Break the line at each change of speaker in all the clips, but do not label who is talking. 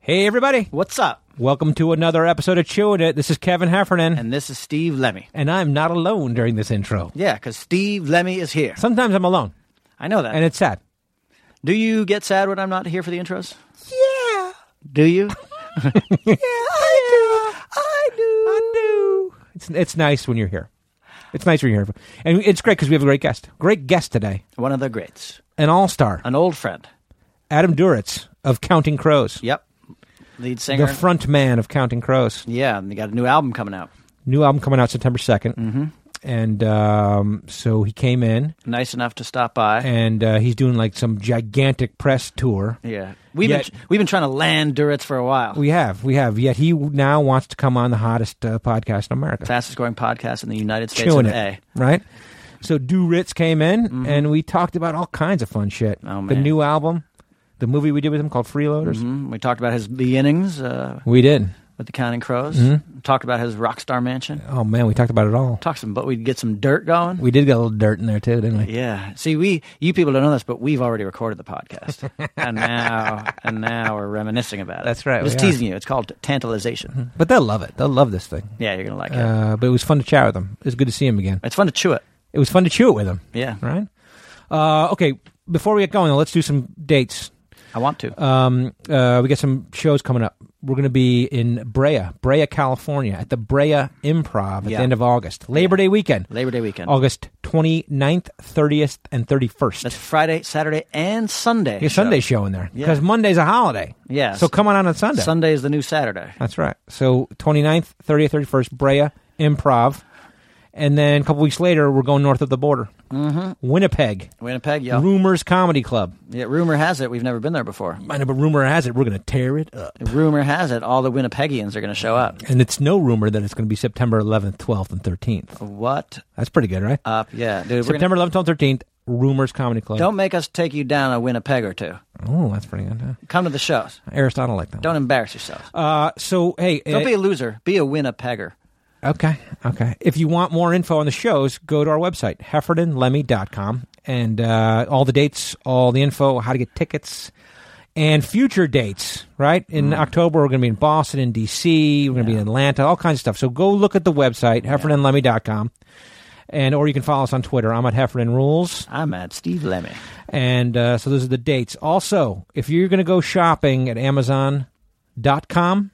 Hey, everybody.
What's up?
Welcome to another episode of Chewing It. This is Kevin Heffernan,
And this is Steve Lemmy.
and I'm not alone during this intro.
Yeah, because Steve Lemmy is here.
Sometimes I'm alone,
I know that.
and it's sad.
Do you get sad when I'm not here for the intros? Yeah. Do you?
I do. I do. I do. It's, it's nice when you're here. It's nice when you're here. And it's great because we have a great guest. Great guest today.
One of the greats,
An all star,
an old friend.
Adam Duritz of Counting Crows,
Yep. Lead singer.
the front man of Counting Crows.
yeah, and they got a new album coming out.
New album coming out September 2nd. Mm-hmm. And um, so he came in,
Nice enough to stop by.
and uh, he's doing like some gigantic press tour.
Yeah. We've
Yet-
been we've been trying to land Duritz for a while.
We have, we have. Yet he now wants to come on the hottest uh, podcast in America.
Fastest growing podcast in the United States
Chewing
of
it,
A. Mm-hmm.
right? So Do Ritz came in, and we talked about all kinds of fun shit.
Oh,
The
man.
new album, the movie we did with him called Freeloaders.
Mm, we talked about his beginnings uh,
We did.
with the Counting Crows.
Mm-hmm.
Talked about his rock star mansion.
Oh man, we talked about it all.
Talked some, but we'd get some dirt going.
We did get a little dirt in there too, didn't we?
Yeah. See, we you people don't know this, but we've already recorded the podcast, and now and now we're reminiscing about it.
That's right,
I'm just
we are.
teasing you. It's called tantalization.
But they'll love it. They'll love this thing.
Yeah, you're gonna like it.
Uh, but it was fun to chat with him. It was good to see him again.
It's fun to chew it.
It was fun to chew it with him.
Yeah,
Right? Uh, okay. Before we get going, let's do some dates.
I want to.
Um, uh, we got some shows coming up. We're going to be in Brea, Brea, California, at the Brea Improv at
Yeah.
the end of August, Labor Day weekend,
Labor Day weekend.
August 29th, 30th, and 31st.
That's Friday, Saturday, and Sunday.
Your Sunday show in there
Yeah.
because Monday's a holiday.
Yeah.
So come on out on Sunday.
Sunday is the new Saturday.
That's right. So 29th, 30th, 31st, Brea Improv. And then a couple weeks later, we're going north of the border. Mm-hmm. Winnipeg,
Winnipeg, yo.
Rumors Comedy Club.
yeah. Rumor has it we've never been there before.
I know, but rumor has it we're going to tear it up.
Rumor has it all the Winnipegians are gonna show up.
And it's no rumor that it's going to be September 11th, 12th, and 13th.
What
That's pretty good, right?
up? Yeah, dude. We're gonna,
September 11th, 12th, 13th, Rumors Comedy Club.
don't make us take you down a Winnipeg or two.
Oh, that's pretty good. huh?
Come to the shows.
Aristotle like that.
Don't embarrass yourself.
Uh, so, hey.
Don't
uh,
be a loser. Be a Winnipegger.
okay, okay. If you want more info on the shows, go to our website, heffernanlemmy.com. And uh, all the dates, all the info, how to get tickets, and future dates, right? In October, we're going to be in Boston, in D.C., we're going to be in Atlanta, all kinds of stuff. So go look at the website, heffernanlemmy.com. And or you can follow us on Twitter. I'm at Heffernan Rules.
I'm at Steve Lemmy.
And uh, so those are the dates. Also, if you're going to go shopping at Amazon.com,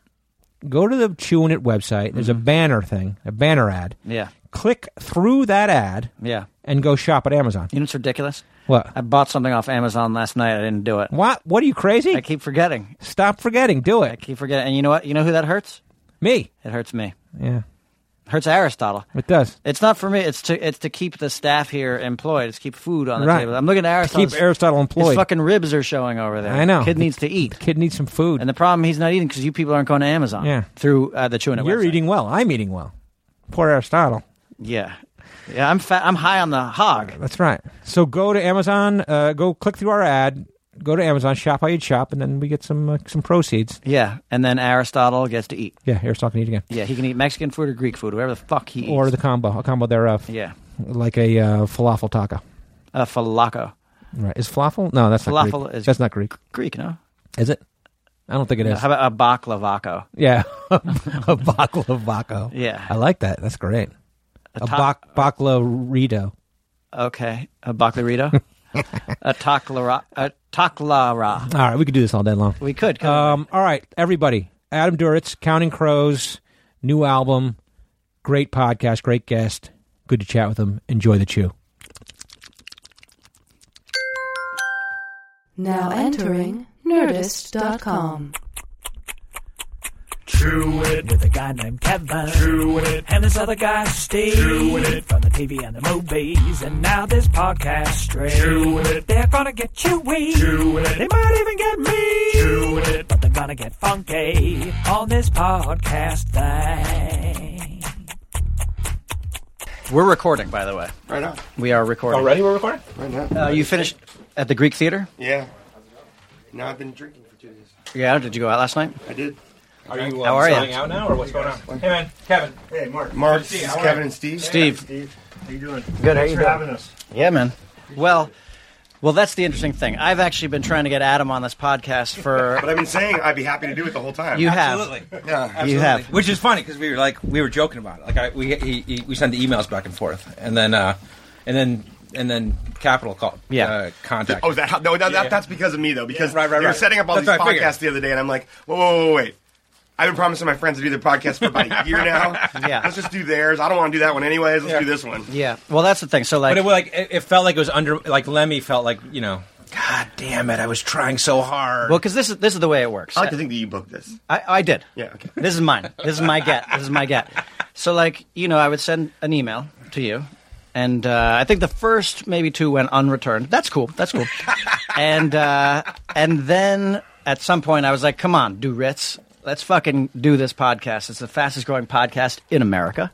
go to the Chewing It website. There's a banner thing, a banner ad.
Yeah,
Click through that ad
yeah.
and go shop at Amazon.
You know it's ridiculous.
What?
I bought something off Amazon last night. I didn't do it.
What? What are you crazy?
I keep forgetting.
Stop forgetting. Do
I
it.
keep forgetting. And you know what? You know who that hurts?
Me.
It hurts me.
Yeah,
It hurts Aristotle.
it does.
It's not for me. It's to it's to keep the staff here employed. It's keep food on the
Right.
table. I'm looking at
To keep
Aristotle.
Aristotle
His
employed.
fucking ribs are showing over there.
I know.
Kid needs to eat.
Kid needs some food.
And the problem he's not eating because you people aren't going to Amazon.
Yeah.
Through uh, the chewing. It
You're
website.
eating well. I'm eating well. Poor Aristotle.
Yeah. Yeah. I'm fat. I'm high on the hog.
That's right. So go to Amazon. Uh, go click through our ad. Go to Amazon. Shop how you'd shop, and then we get some uh, some proceeds.
Yeah. And then Aristotle gets to eat.
Yeah, Aristotle can eat again,
Yeah. He can eat Mexican food or Greek food, whatever the fuck he eats.
or the combo, a combo thereof,
yeah.
like a uh, falafel taco.
Uh, falafel.
Right? Is falafel? No, that's not
Falafel
Greek.
is-
that's not Greek,
Greek, no?
is it? I don't think it is.
How about a baklavako?
yeah, a baklavako.
Yeah.
I like that. That's great. A,
ta-
bak baklarito.
Okay. A baklarito? a taklara. A taklara.
All right, we could do this all day long.
We could. couldn't
Um, all right, everybody. Adam Duritz, Counting Crows, new album, great podcast, great guest. Good to chat with him. Enjoy the chew.
Now entering Nerdist.com.
Chew it with a guy named Kevin. Chew it and this other guy Steve. Chew it from the TV and the movies and now this podcast straight. Chew it. They're gonna get chewy. Chew it. They might even get me. Chew it. But they're gonna get funky on this podcast thing.
Uh,
we? We're recording, by the way.
Right on.
We are recording.
Already Oh, we're recording?
Right now.
Uh, you finished at the Greek theater?
yeah. Now I've been drinking for two days.
Yeah. Did you go out last night?
I did.
Are you uh,
How are selling ya?
out now or what's going on? Hey man, Kevin.
Hey, Mark.
Mark,
Steve,
this is
how are
Kevin
you?
and Steve.
Steve.
Steve, how you doing?
Good. How
Thanks
you
for
doing?
having us.
Yeah, man. Well, Well, that's the interesting thing. I've actually been trying to get Adam on this podcast for
But I've been saying I'd be happy to do it the whole time.
you have.
Absolutely.
Yeah.
You have.
Which is funny because we were like we were joking about it. Like I, we he, he, we sent the emails back and forth, and then uh, and then and then Capital call
Yeah.
uh, contact.
Oh, is that how? No, that,
Yeah.
that, that's because of me though. Because
Yeah, right, right,
they were
right.
setting up all
That's
these
what I figured.
podcasts the other day, and I'm like, whoa, whoa, whoa, wait. I've been promising my friends to do their podcast for about a year now.
Yeah.
Let's just do theirs. I don't want to do that one anyways. Let's
Yeah.
do this one.
Yeah. Well, that's the thing. So like,
But it was like it, it felt like it was under like Lemmy felt like you know. God damn it! I was trying so hard.
well, because this is this is the way it works.
I like to think that you booked this.
I, I did.
Yeah, okay.
This is mine. This is my get. This is my get. So, like, you know, I would send an email to you, and uh, I think the first maybe two went unreturned. That's cool. That's cool. and uh, and then at some point, I was like, "Come on, do Ritz. Let's fucking do this podcast. It's the fastest growing podcast in America.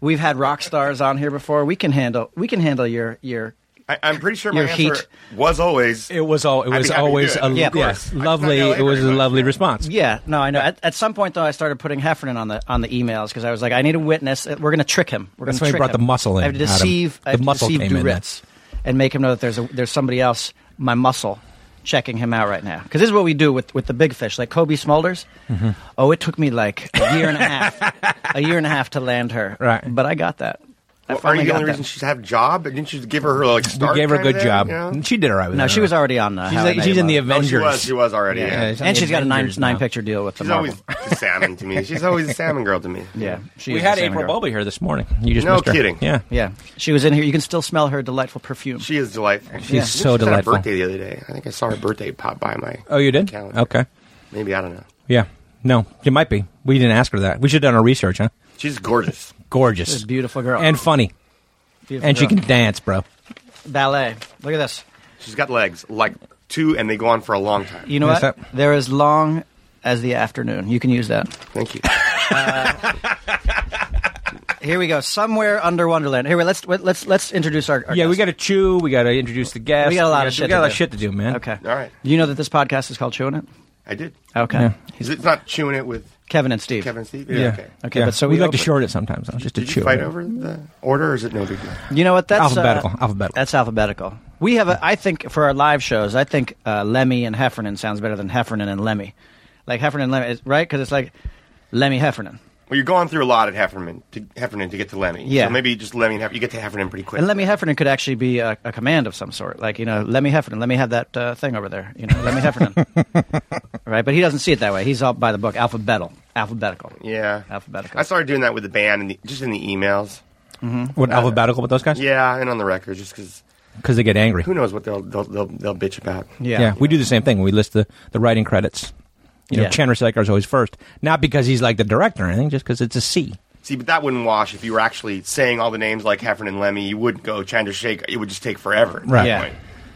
We've had rock stars on here before. We can handle. We can handle your your."
I, I'm pretty sure my
Your
answer
heat.
was always.
It was all. It
I'd
was
be happy to
always
do it.
a
Yeah,
of
yes,
course.
lovely.
I just
It
don't
was a
like
lovely
very much.
response.
Yeah, no, I know. At, at some point, though, I started putting Heffernan on the on the emails because I was like, I need a witness. Uh, We're going to trick him. We're
That's
going to
why he
trick
brought
him.
the muscle in,
I have to
Adam.
deceive. I
The
have to
muscle
deceive
came in then.
Duritz and make him know that there's a, there's somebody else. My muscle checking him out right now because this is what we do with with the big fish, like Kobe Smulders.
Mm-hmm.
Oh, it took me like a year and a half, a year and a half to land her.
Right.
but I got that. I
Well, are
finally
you the
got
only
that.
reason she's had a job? Didn't you give her her like
we
start?
gave her a
kinda
good
there,
job.
you know?
She did all right. With
no,
that,
she was already on. Uh,
She's,
How I
like-
Met
she's
Your
in the
Mother.
Oh,
Avengers.
she was. She was already.
Yeah,
Yeah.
it's-
and she's got a nine
Avengers now.
nine picture deal with the
She's
Marvel.
always a salmon to me. She's always a salmon girl to me.
yeah, she
we
is the
had
same
April
girl.
Bobby here this morning. You just
No
missed her.
kidding.
Yeah.
Yeah, she was in here. You can still smell her delightful perfume.
She is delightful. She's
so delightful.
Her birthday the other day. I think I saw her birthday pop by my.
Uh,
Oh, you did.
Calendar.
Okay.
Maybe I don't know.
Yeah. No, it might be. We didn't ask her that. We should have done our research, huh?
She's gorgeous.
Gorgeous.
She's a beautiful girl.
and funny,
Beautiful
and she
girl.
can dance, bro.
ballet. Look at this.
She's got legs like two, and they go on for a long time.
You know
Yes,
what?
sir.
They're as long as the afternoon. You can use that.
Thank you.
Here we go. Somewhere under Wonderland. Here, wait, let's wait, let's let's introduce our. our
Yeah, we
guest.
got to chew. We got to introduce the guests.
We got a lot of
gotta-
shit
We got a
to
lot of
do.
shit to do, man.
Okay.
All right.
You know that this podcast is called Chewing It.
I did.
Okay.
Yeah.
Is it not chewing it with
Kevin and Steve.
Kevin and Steve?
Yeah.
Okay.
Okay,
Yeah.
but so
we,
we
like to
open-
short it sometimes, though, just to
Did
chew.
you fight
it.
over the order, or is it no big deal?
You know what? That's uh,
Alphabetical, alphabetical.
That's alphabetical. We have. A, I think for our live shows, I think uh, Lemmy and Heffernan sounds better than Heffernan and Lemmy. Like Heffernan and Lemmy, is- right? Because it's like Lemmy Heffernan.
Well, you're going through a lot at Heffernan to Heffernan to get to Lemmy.
Yeah.
So maybe just Lemmy and Heffernan. You get to Heffernan pretty quick.
And Lemmy Heffernan could actually be a, a command of some sort, like you know, Lemmy Heffernan, let me have that uh, thing over there, you know, Lemmy Heffernan, right? But he doesn't see it that way. He's all by the book, alphabetical, alphabetical.
Yeah.
Alphabetical.
I started doing that with the band and the, just in the emails.
What alphabetical with those guys?
Yeah, and on the record, just because
because they get angry.
who knows what they'll they'll, they'll they'll bitch about.
Yeah. we do the same thing. We list the, the writing credits. You know,
Yeah.
Chandler Sekar is always first, not because he's like the director or anything, just because it's a C.
See, but that wouldn't wash if you were actually saying all the names like Heffernan and Lemmy. You wouldn't go Chandra Shake. It would just take forever. at that
Right.
Yeah.
point.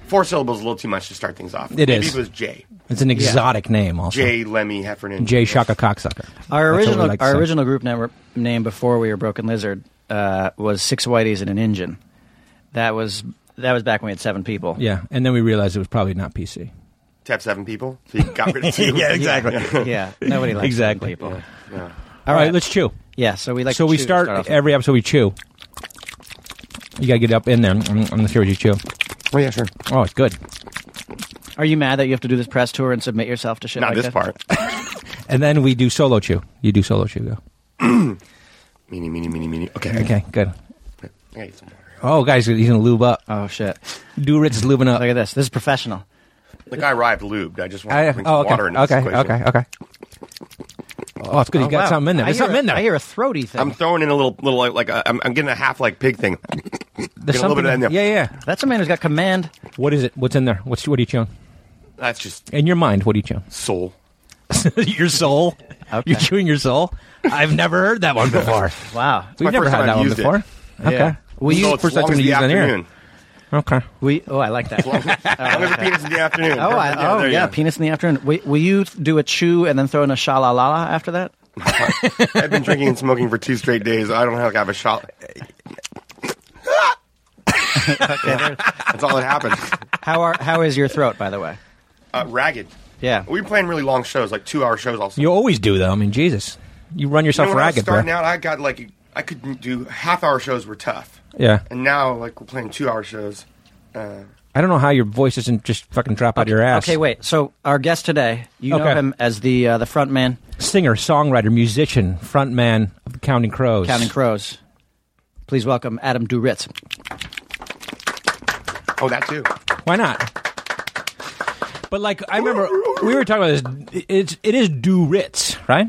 Four syllables is a little too much to start things off.
It
Maybe
is.
it was J.
It's an exotic name, also.
J. Lemmy Heffernan.
J. Shaka cocksucker. That's
Our
what we
original,
like to
our
say.
original group name, name before we were Broken Lizard uh, was Six Whiteys and an Engine. That was that was back when we had seven people.
Yeah, and then we realized it was probably not PC.
Tap seven people. So you got rid of two. yeah,
yeah. Nobody likes
Exactly.
people.
yeah.
All right,
right.
let's chew.
Yeah, so we like.
so
to
we
chew-
start,
off-
every episode we chew. You gotta get up in there. I'm, I'm gonna see what you chew.
Oh yeah, sure.
Oh, it's good.
Are you mad that you have to do this press tour and submit yourself to shit?
Not
like that?
this part.
And then we do solo chew. You do solo chew. Go.
meeny, meeny, meeny, meeny. Okay.
Okay, good.
I need some water.
Oh, guys, he's gonna lube up.
Oh shit!
Duritz is lubing up.
Look at this. This is professional.
Like I arrived lubed. I just want
I-
to bring some
oh, okay,
water in this
okay,
equation.
okay, okay. Oh, it's good. He's got
Wow.
something in there. There's
I hear
something
a-
in there.
I hear a throaty thing.
I'm throwing in a little, little like, like uh, I'm, I'm getting a half like pig thing.
There's
Get a little
something.
bit of that in there.
Yeah, yeah.
That's a man who's got command.
What is it? What's in there? What's what are you chewing?
That's just
In your mind, what are you chewing?
soul.
your soul. You're chewing your soul. I've never heard that one before.
Wow.
We've
my
never
first
had
time
that
I've
one
used it.
before. Okay.
We
you-
so it's
first
long
time
as
to
the
use it on air.
afternoon.
Okay.
We. Oh, I like that. oh,
I'm gonna penis in the afternoon.
I, oh,
there
yeah.
you go.
Penis in the afternoon. Will, will you do a chew and then throw in a sha la la la after that?
I've been drinking and smoking for two straight days. I don't know how to have a shot. That's all that happens.
How are How is your throat, by the way?
Uh, ragged.
Yeah.
We were playing really long shows, like two hour shows also.
You always do though. I mean, Jesus, you run
You
yourself
know, when I was
ragged, bro.
starting out, I got like, I couldn't do half hour shows were tough.
Yeah.
And now, like, we're playing two hour shows. Uh,
I don't know how your voice doesn't just fucking drop out of your ass.
Okay, wait. So our guest today, you know
Okay.
him as the uh, the front man,
Singer, songwriter, musician, frontman of the Counting Crows.
Counting Crows. Please welcome Adam Duritz.
Oh, that too.
Why not? But like I remember, we were talking about this. It's it is Du Ritz, right?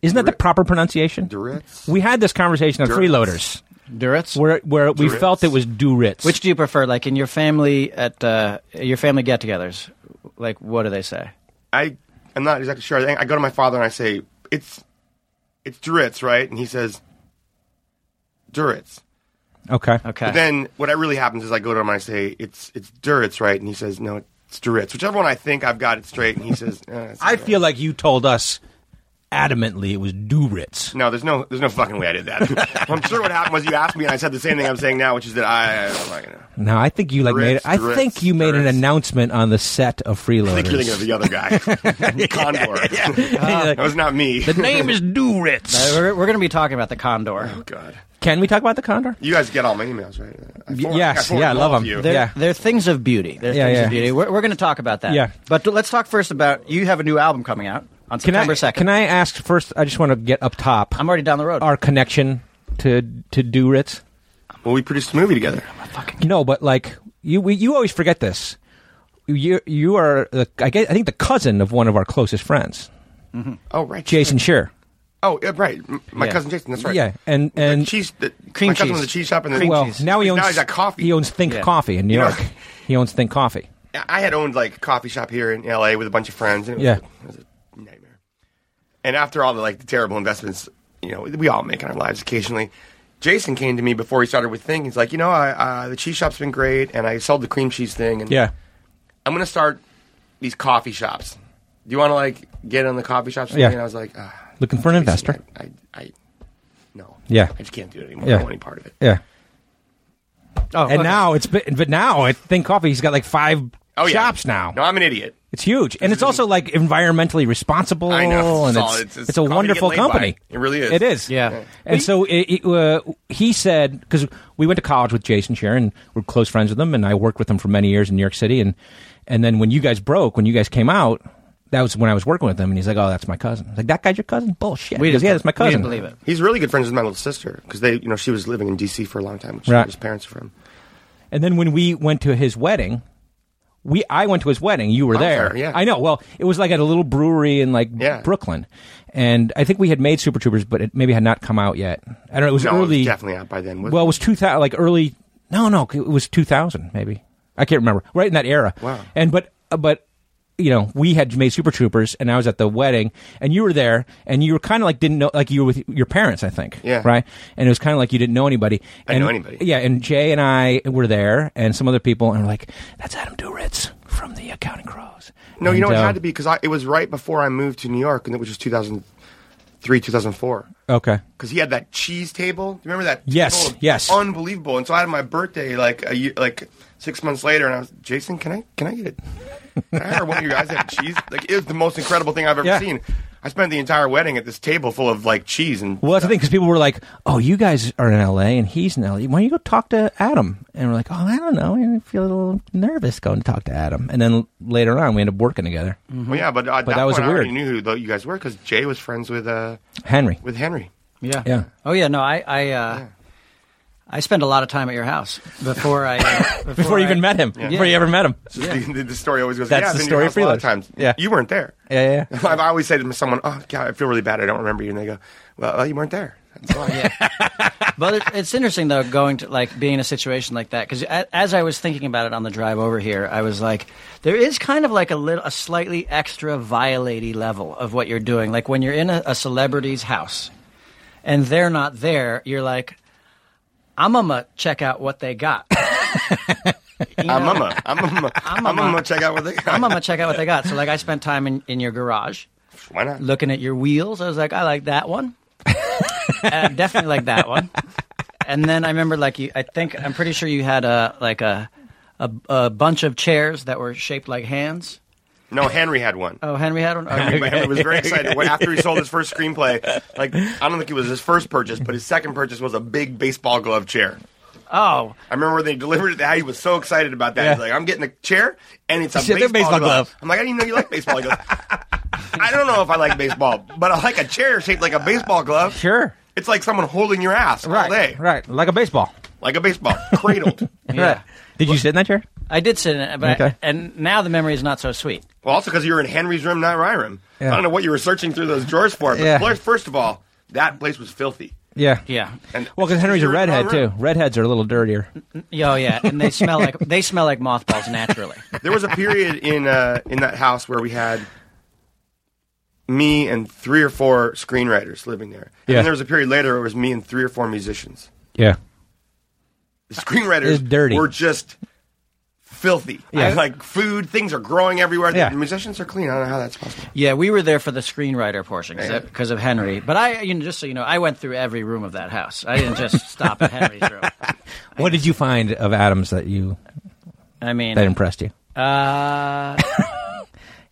Isn't that the proper pronunciation?
Duritz.
We had this conversation on
Duritz.
freeloaders
Duritz.
where where we
Duritz.
felt it was Du Ritz.
Which do you prefer? Like in your family at uh, your family get-togethers, like what do they say?
I I'm not exactly sure. I think I go to my father and I say it's it's Duritz, right? And he says Duritz.
okay,
Okay.
But then what really happens is I go to him and I say it's it's Duritz, right? And he says no, it's Duritz. Whichever one I think I've got it straight, and he says eh, it's
I
Duritz.
feel like you told us adamantly it was Du Ritz.
No, there's no, there's no fucking way I did that. I'm sure what happened was you asked me, and I said the same thing I'm saying now, which is that I, I'm not gonna.
No, I think you like made. It,
Duritz,
I
Duritz,
think you made an
Duritz.
announcement on the set of
I think you're
freeloaders.
thinking of the other guy, Condor. that was not me.
the name is Du
Uh,
Ritz.
we're we're going to be talking about the Condor.
Oh, God,
Can we talk about the Condor?
you guys get all my emails, right? I forward-
yes,
forward
yeah, I
all
love
of
'em.
you.
They're,
Yeah.
they're things of beauty. They're
Yeah,
things
yeah.
of beauty. We're, we're going to talk about that.
Yeah.
But let's talk first about you have a new album coming out on
Can
September
I,
2nd.
Can I ask first? I just want to get up top.
I'm already down the road.
our connection to to Du Ritz.
Well, we produced a movie together.
No, but like you, we, you always forget this. You you are the, I guess, I think the cousin of one of our closest friends,
Oh, right,
Jason Shear.
Oh, yeah, right, M- my
Yeah.
cousin Jason. That's right.
Yeah, and
The
and
cheese. The,
Cream
my cousin
cheese.
was a cheese shop, and the
well now he owns
now he's got coffee.
He owns Think
Yeah.
Coffee in New
You know-
York. he owns Think Coffee.
I had owned like a coffee shop here in LA with a bunch of friends. And it was,
Yeah.
it was a nightmare. And after all the like the terrible investments, you know, we all make in our lives occasionally. Jason came to me before he started with thing. He's like, you know, I, uh, the cheese shop's been great, and I sold the cream cheese thing, and
Yeah,
I'm gonna start these coffee shops. Do you want to like get in the coffee shops?
Yeah.
And I was like, uh,
looking for an
Jason,
investor.
I, I, I, no.
Yeah.
I just can't do it anymore.
Yeah.
I don't want any part of it.
Yeah,
oh,
and
okay.
now it's been, but now at Think Coffee he's got like five
Oh yeah.
shops now.
No, I'm an idiot.
It's huge, and it's also like environmentally responsible.
I know.
and it's,
It's all-
it's,
it's- it's
a
coffee to
wonderful
get laid by.
company.
It really is.
It is.
Yeah. Yeah.
And so it, it, uh, he said because we went to college with Jason Sharon, we're close friends with him, and I worked with him for many years in New York City, and and then when you guys broke, when you guys came out. That was when I was working with him, and he's like, "Oh, that's my cousin." I was like, "That guy's your cousin? Bullshit."
We
He goes,
didn't,
"Yeah, that's my cousin."
We didn't believe it.
He's really good friends with my little sister because they, you know, she was living in D.C. for a long time, which
Right.
his parents are from.
And then when we went to his wedding, we I went to his wedding. You were
I was
there.
there, yeah.
I know. Well, it was like at a little brewery in like
Yeah.
Brooklyn, and I think we had made Super Troopers, but it maybe had not come out yet. I don't know. It was
No, it was
early.
definitely out by then. wasn't
well, it
it?
was two thousand, like early. No, no, it was two thousand, maybe. I can't remember. Right in that era.
Wow.
And but uh, but. You know, we had made Super Troopers, and I was at the wedding, and you were there, and you were kind of like didn't know, like you were with your parents, I think,
Yeah.
right? And it was kind of like you didn't know anybody.
I
and,
know anybody.
Yeah, and Jay and I were there, and some other people, and we're like, "That's Adam Duritz from the Accounting Crows."
no, you know
And,
it
uh,
had to be because it was right before I moved to New York, and it was just 2003, 2004.
Okay,
Because he had that cheese table. Do you remember that?
Yes,
table?
yes.
Unbelievable. And so I had my birthday like a year, like six months later, and I was Jason. Can I can I get it? Can I hire one of you guys to have cheese? Like it was the most incredible thing I've ever
Yeah.
seen. I spent the entire wedding at this table full of like cheese and
well, that's the thing because people were like, "Oh, you guys are in L.A. and he's in L.A. Why don't you go talk to Adam?" And we're like, "Oh, I don't know. I feel a little nervous going to talk to Adam." And then later on, we end up working together.
Mm.
Well, yeah, but, uh, at
But
that,
that was
point, I already
weird.
knew who the, you guys were because Jay was friends with uh,
Henry.
with Henry.
Yeah.
Yeah.
Oh yeah. No, I I, uh, I spent a lot of time at your house before I uh, before,
Before you
I-
even met him, before you ever met him.
So the, the story always goes.
That's
yeah,
the
I've been to
story
your house a lot
Freeloader.
of times.
Yeah.
you weren't there.
Yeah, yeah, yeah.
I've always said to someone, "Oh God, I feel really bad. I don't remember you." And they go, "Well, oh, you weren't there." That's why.
But it, it's interesting though, going to like being in a situation like that because as I was thinking about it on the drive over here, I was like, there is kind of like a little, a slightly extra violaty level of what you're doing. Like when you're in a, a celebrity's house and they're not there, you're like, I'm gonna check out what they got. You know?
I'm mama. I'm mama. I'm
mama.
mama. Check out what they got.
I'm gonna check out what they got. So like, I spent time in, in your garage
Why not?
looking at your wheels. I was like, I like that one. uh, definitely like that one. And then I remember, like, you, I think I'm pretty sure you had a like a, a a bunch of chairs that were shaped like hands.
No, Henry had one.
Oh, Henry had one. Oh,
Henry, Henry was very excited when, after he sold his first screenplay. Like I don't think it was his first purchase, but his second purchase was a big baseball glove chair.
Oh,
I remember they delivered it. How he was so excited about that.
Yeah.
He's like, "I'm getting a chair, and it's a
He said,
baseball,
"They're baseball
glove.
glove.
I'm like, "I didn't even know you like baseball." He goes, "I don't know if I like baseball, but I like a chair shaped like a baseball glove.
Sure.
it's like someone holding your ass all day,
Right. Right. Like a baseball.
like a baseball cradled."
Right. Did you sit in that chair?
I did sit in it, but I-
Okay.
and now the memory is not so sweet.
Well, also because you were in Henry's room, not my room.
Yeah.
I don't know what you were searching through those drawers for, but
Yeah.
fir- first of all, that place was filthy.
Yeah.
Yeah.
And
Well, because Henry's a
you were in my
redhead too.
room.
Redheads are a little dirtier.
Oh yeah, and they smell like they smell like mothballs naturally.
There was a period in uh, in that house where we had me and three or four screenwriters living there.
Yeah.
And then there was a period later where it was me and three or four musicians.
Yeah.
The
It's
screenwriters
dirty.
were just filthy.
Yeah.
I- like food, things are growing everywhere.
Yeah.
The musicians are clean. I don't know how that's possible.
Yeah, we were there for the screenwriter portion because of Henry. But I, you know, just so you know, I went through every room of that house. I didn't just stop at Henry's room.
What did you find of Adams that you
I mean,
that impressed you?
uh,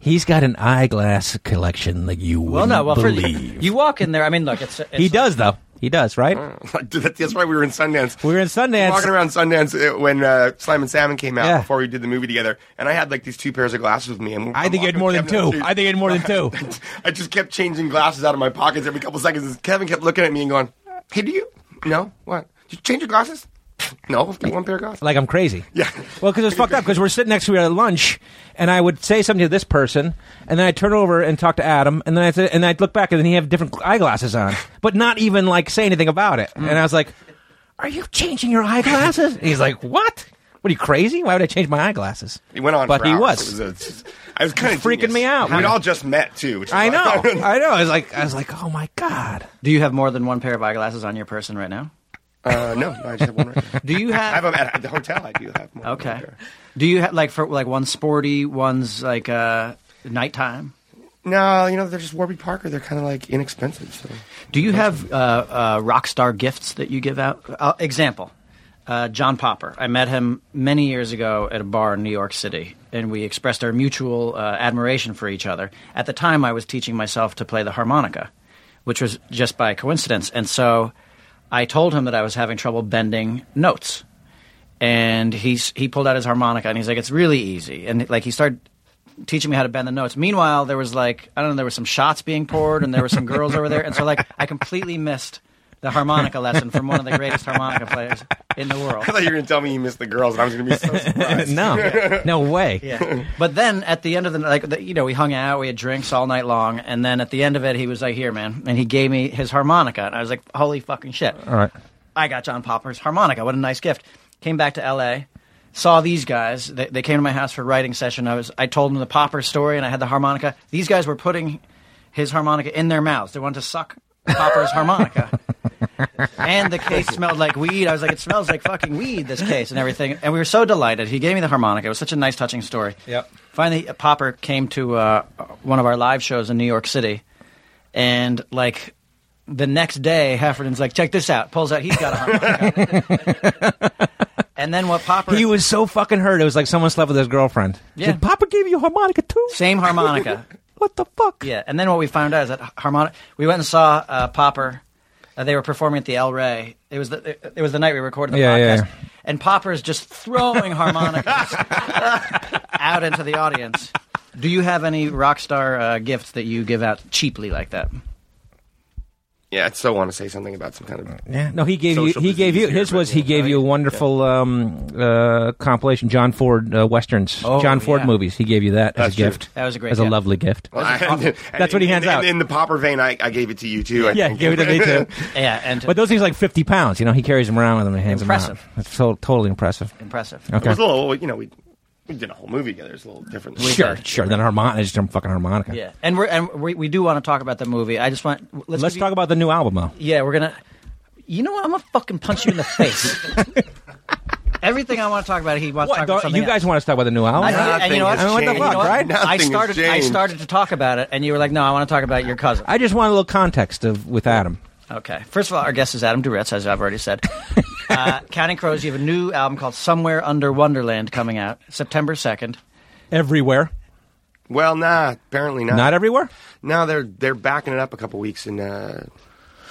He's got an eyeglass collection that you
well,
wouldn't
no, well, for,
believe.
you walk in there. I mean, look, it's, it's
he does though. He does, right?
Mm.
that's why we were in Sundance.
We were in Sundance.
walking around Sundance uh, when uh, Slim and Salmon came out
Yeah.
before we did the movie together, and I had like these two pairs of glasses with me. And
I think he had
I'm
more than
walking down
two.
the street.
I think he had more than two.
I just kept changing glasses out of my pockets every couple seconds. And Kevin kept looking at me and going, "Hey, do you? No, what? Did you change your glasses? No, I've got one pair of glasses.
like I'm crazy.
Yeah.
Well, because it was fucked up. Because we're sitting next to each other at lunch, and I would say something to this person, and then I turn over and talk to Adam, and then I say, and I'd look back, and then he have different eyeglasses on, but not even like say anything about it. And I was like, "Are you changing your eyeglasses?" And he's like, "What? What are you crazy? Why would I change my eyeglasses?"
It went on,
but
for
he
hours.
was.
It was a- it's- I was kind of
Freaking me out.
We'd all just met too. Which is
I
why-
know, I know. I was like, I was like, "Oh my god!"
Do you have more than one pair of eyeglasses on your person right now?
uh, no, no, I just have one. Right there.
Do you
I
have?
have them at the hotel. I do have one.
okay.
Right there.
Do you have like for like one sporty, one's like uh, nighttime?
No, you know they're just Warby Parker. They're kind of like inexpensive. So.
Do you have uh, uh, rock star gifts that you give out? Uh, example, uh, John Popper. I met him many years ago at a bar in New York City, and we expressed our mutual uh, admiration for each other. At the time, I was teaching myself to play the harmonica, which was just by coincidence. And so I told him that I was having trouble bending notes. And he's, he pulled out his harmonica and he's like, it's really easy. And like he started teaching me how to bend the notes. Meanwhile, there was like I don't know, there were some shots being poured, and there were some girls over there, and so like I completely missed the harmonica lesson from one of the greatest harmonica players in the world.
I thought you were going to tell me you missed the girls, and I was going to be so surprised.
No, no way.
Yeah, but then at the end of the like, the, you know, we hung out, we had drinks all night long, and then at the end of it, he was like, "Here, man," and he gave me his harmonica, and I was like, "Holy fucking shit!"
All right.
I got John Popper's harmonica. What a nice gift. Came back to L.A., saw these guys. They, they came to my house for a writing session. I was I told them the Popper story, and I had the harmonica. These guys were putting his harmonica in their mouths. They wanted to suck Popper's harmonica. And the case smelled like weed. I was like, it smells like fucking weed, this case and everything. And we were so delighted. He gave me the harmonica. It was such a nice, touching story.
Yep.
Finally, Popper came to uh, one of our live shows in New York City. And like the next day, Hefferton's like, check this out. Pulls out, he's got a harmonica. and then what Popper.
He was so fucking hurt. It was like someone slept with his girlfriend.
Yeah.
Did Papa give you a harmonica too?
Same harmonica.
What the fuck?
Yeah, and then what we found out is that harmonica. We went and saw uh, Popper. Uh, they were performing at the El Rey. It was the it was the night we recorded the
Yeah, yeah,
podcast.
yeah.
And Popper's just throwing harmonicas out into the audience. Do you have any rock star uh, gifts that you give out cheaply like that?
Yeah, I still want to say something about some kind of
Yeah, no, he gave you.
Social
He gave you.
disease here,
His
but
was he
yeah.
gave you a wonderful um, uh, compilation, John Ford uh, westerns,
Oh,
John Ford
yeah.
movies. He gave you that as
That's
a
true.
gift.
That was a great
as a
gift.
lovely gift. That's what he hands
in,
out.
In, the popper vein, I, I gave it to you too. I
yeah,
think.
gave it to me too.
Yeah, and
But those things like fifty pounds. You know, he carries them around with him and hands
Impressive.
them out. It's so totally impressive.
impressive.
It
Okay,
was a little, you know, we we did a whole movie together. It's a little different.
sure, sure. Then harmonica, just some fucking harmonica.
Yeah, and we're and we, we do want to talk about the movie. I just want let's,
Let's
give you-
talk about the new album though.
Yeah, we're gonna. You know what? I'm gonna fucking punch you in the face. Everything I want to talk about, he wants to talk about
What,
something
you guys
else.
want us to talk about the new album?
I-
and you know what?
Nothing has
I mean, what the
You know
fuck,
what?
right?
Nothing
I
has
started. I
changed.
started to talk about it, and you were like, "No, I want to talk about your cousin."
I just want a little context of with Adam.
Okay. First of all, our guest is Adam Duritz, as I've already said. uh, Counting Crows. You have a new album called "Somewhere Under Wonderland" coming out September second.
Everywhere,
Well, nah, apparently not.
not everywhere.
no, they're they're backing it up a couple weeks in uh,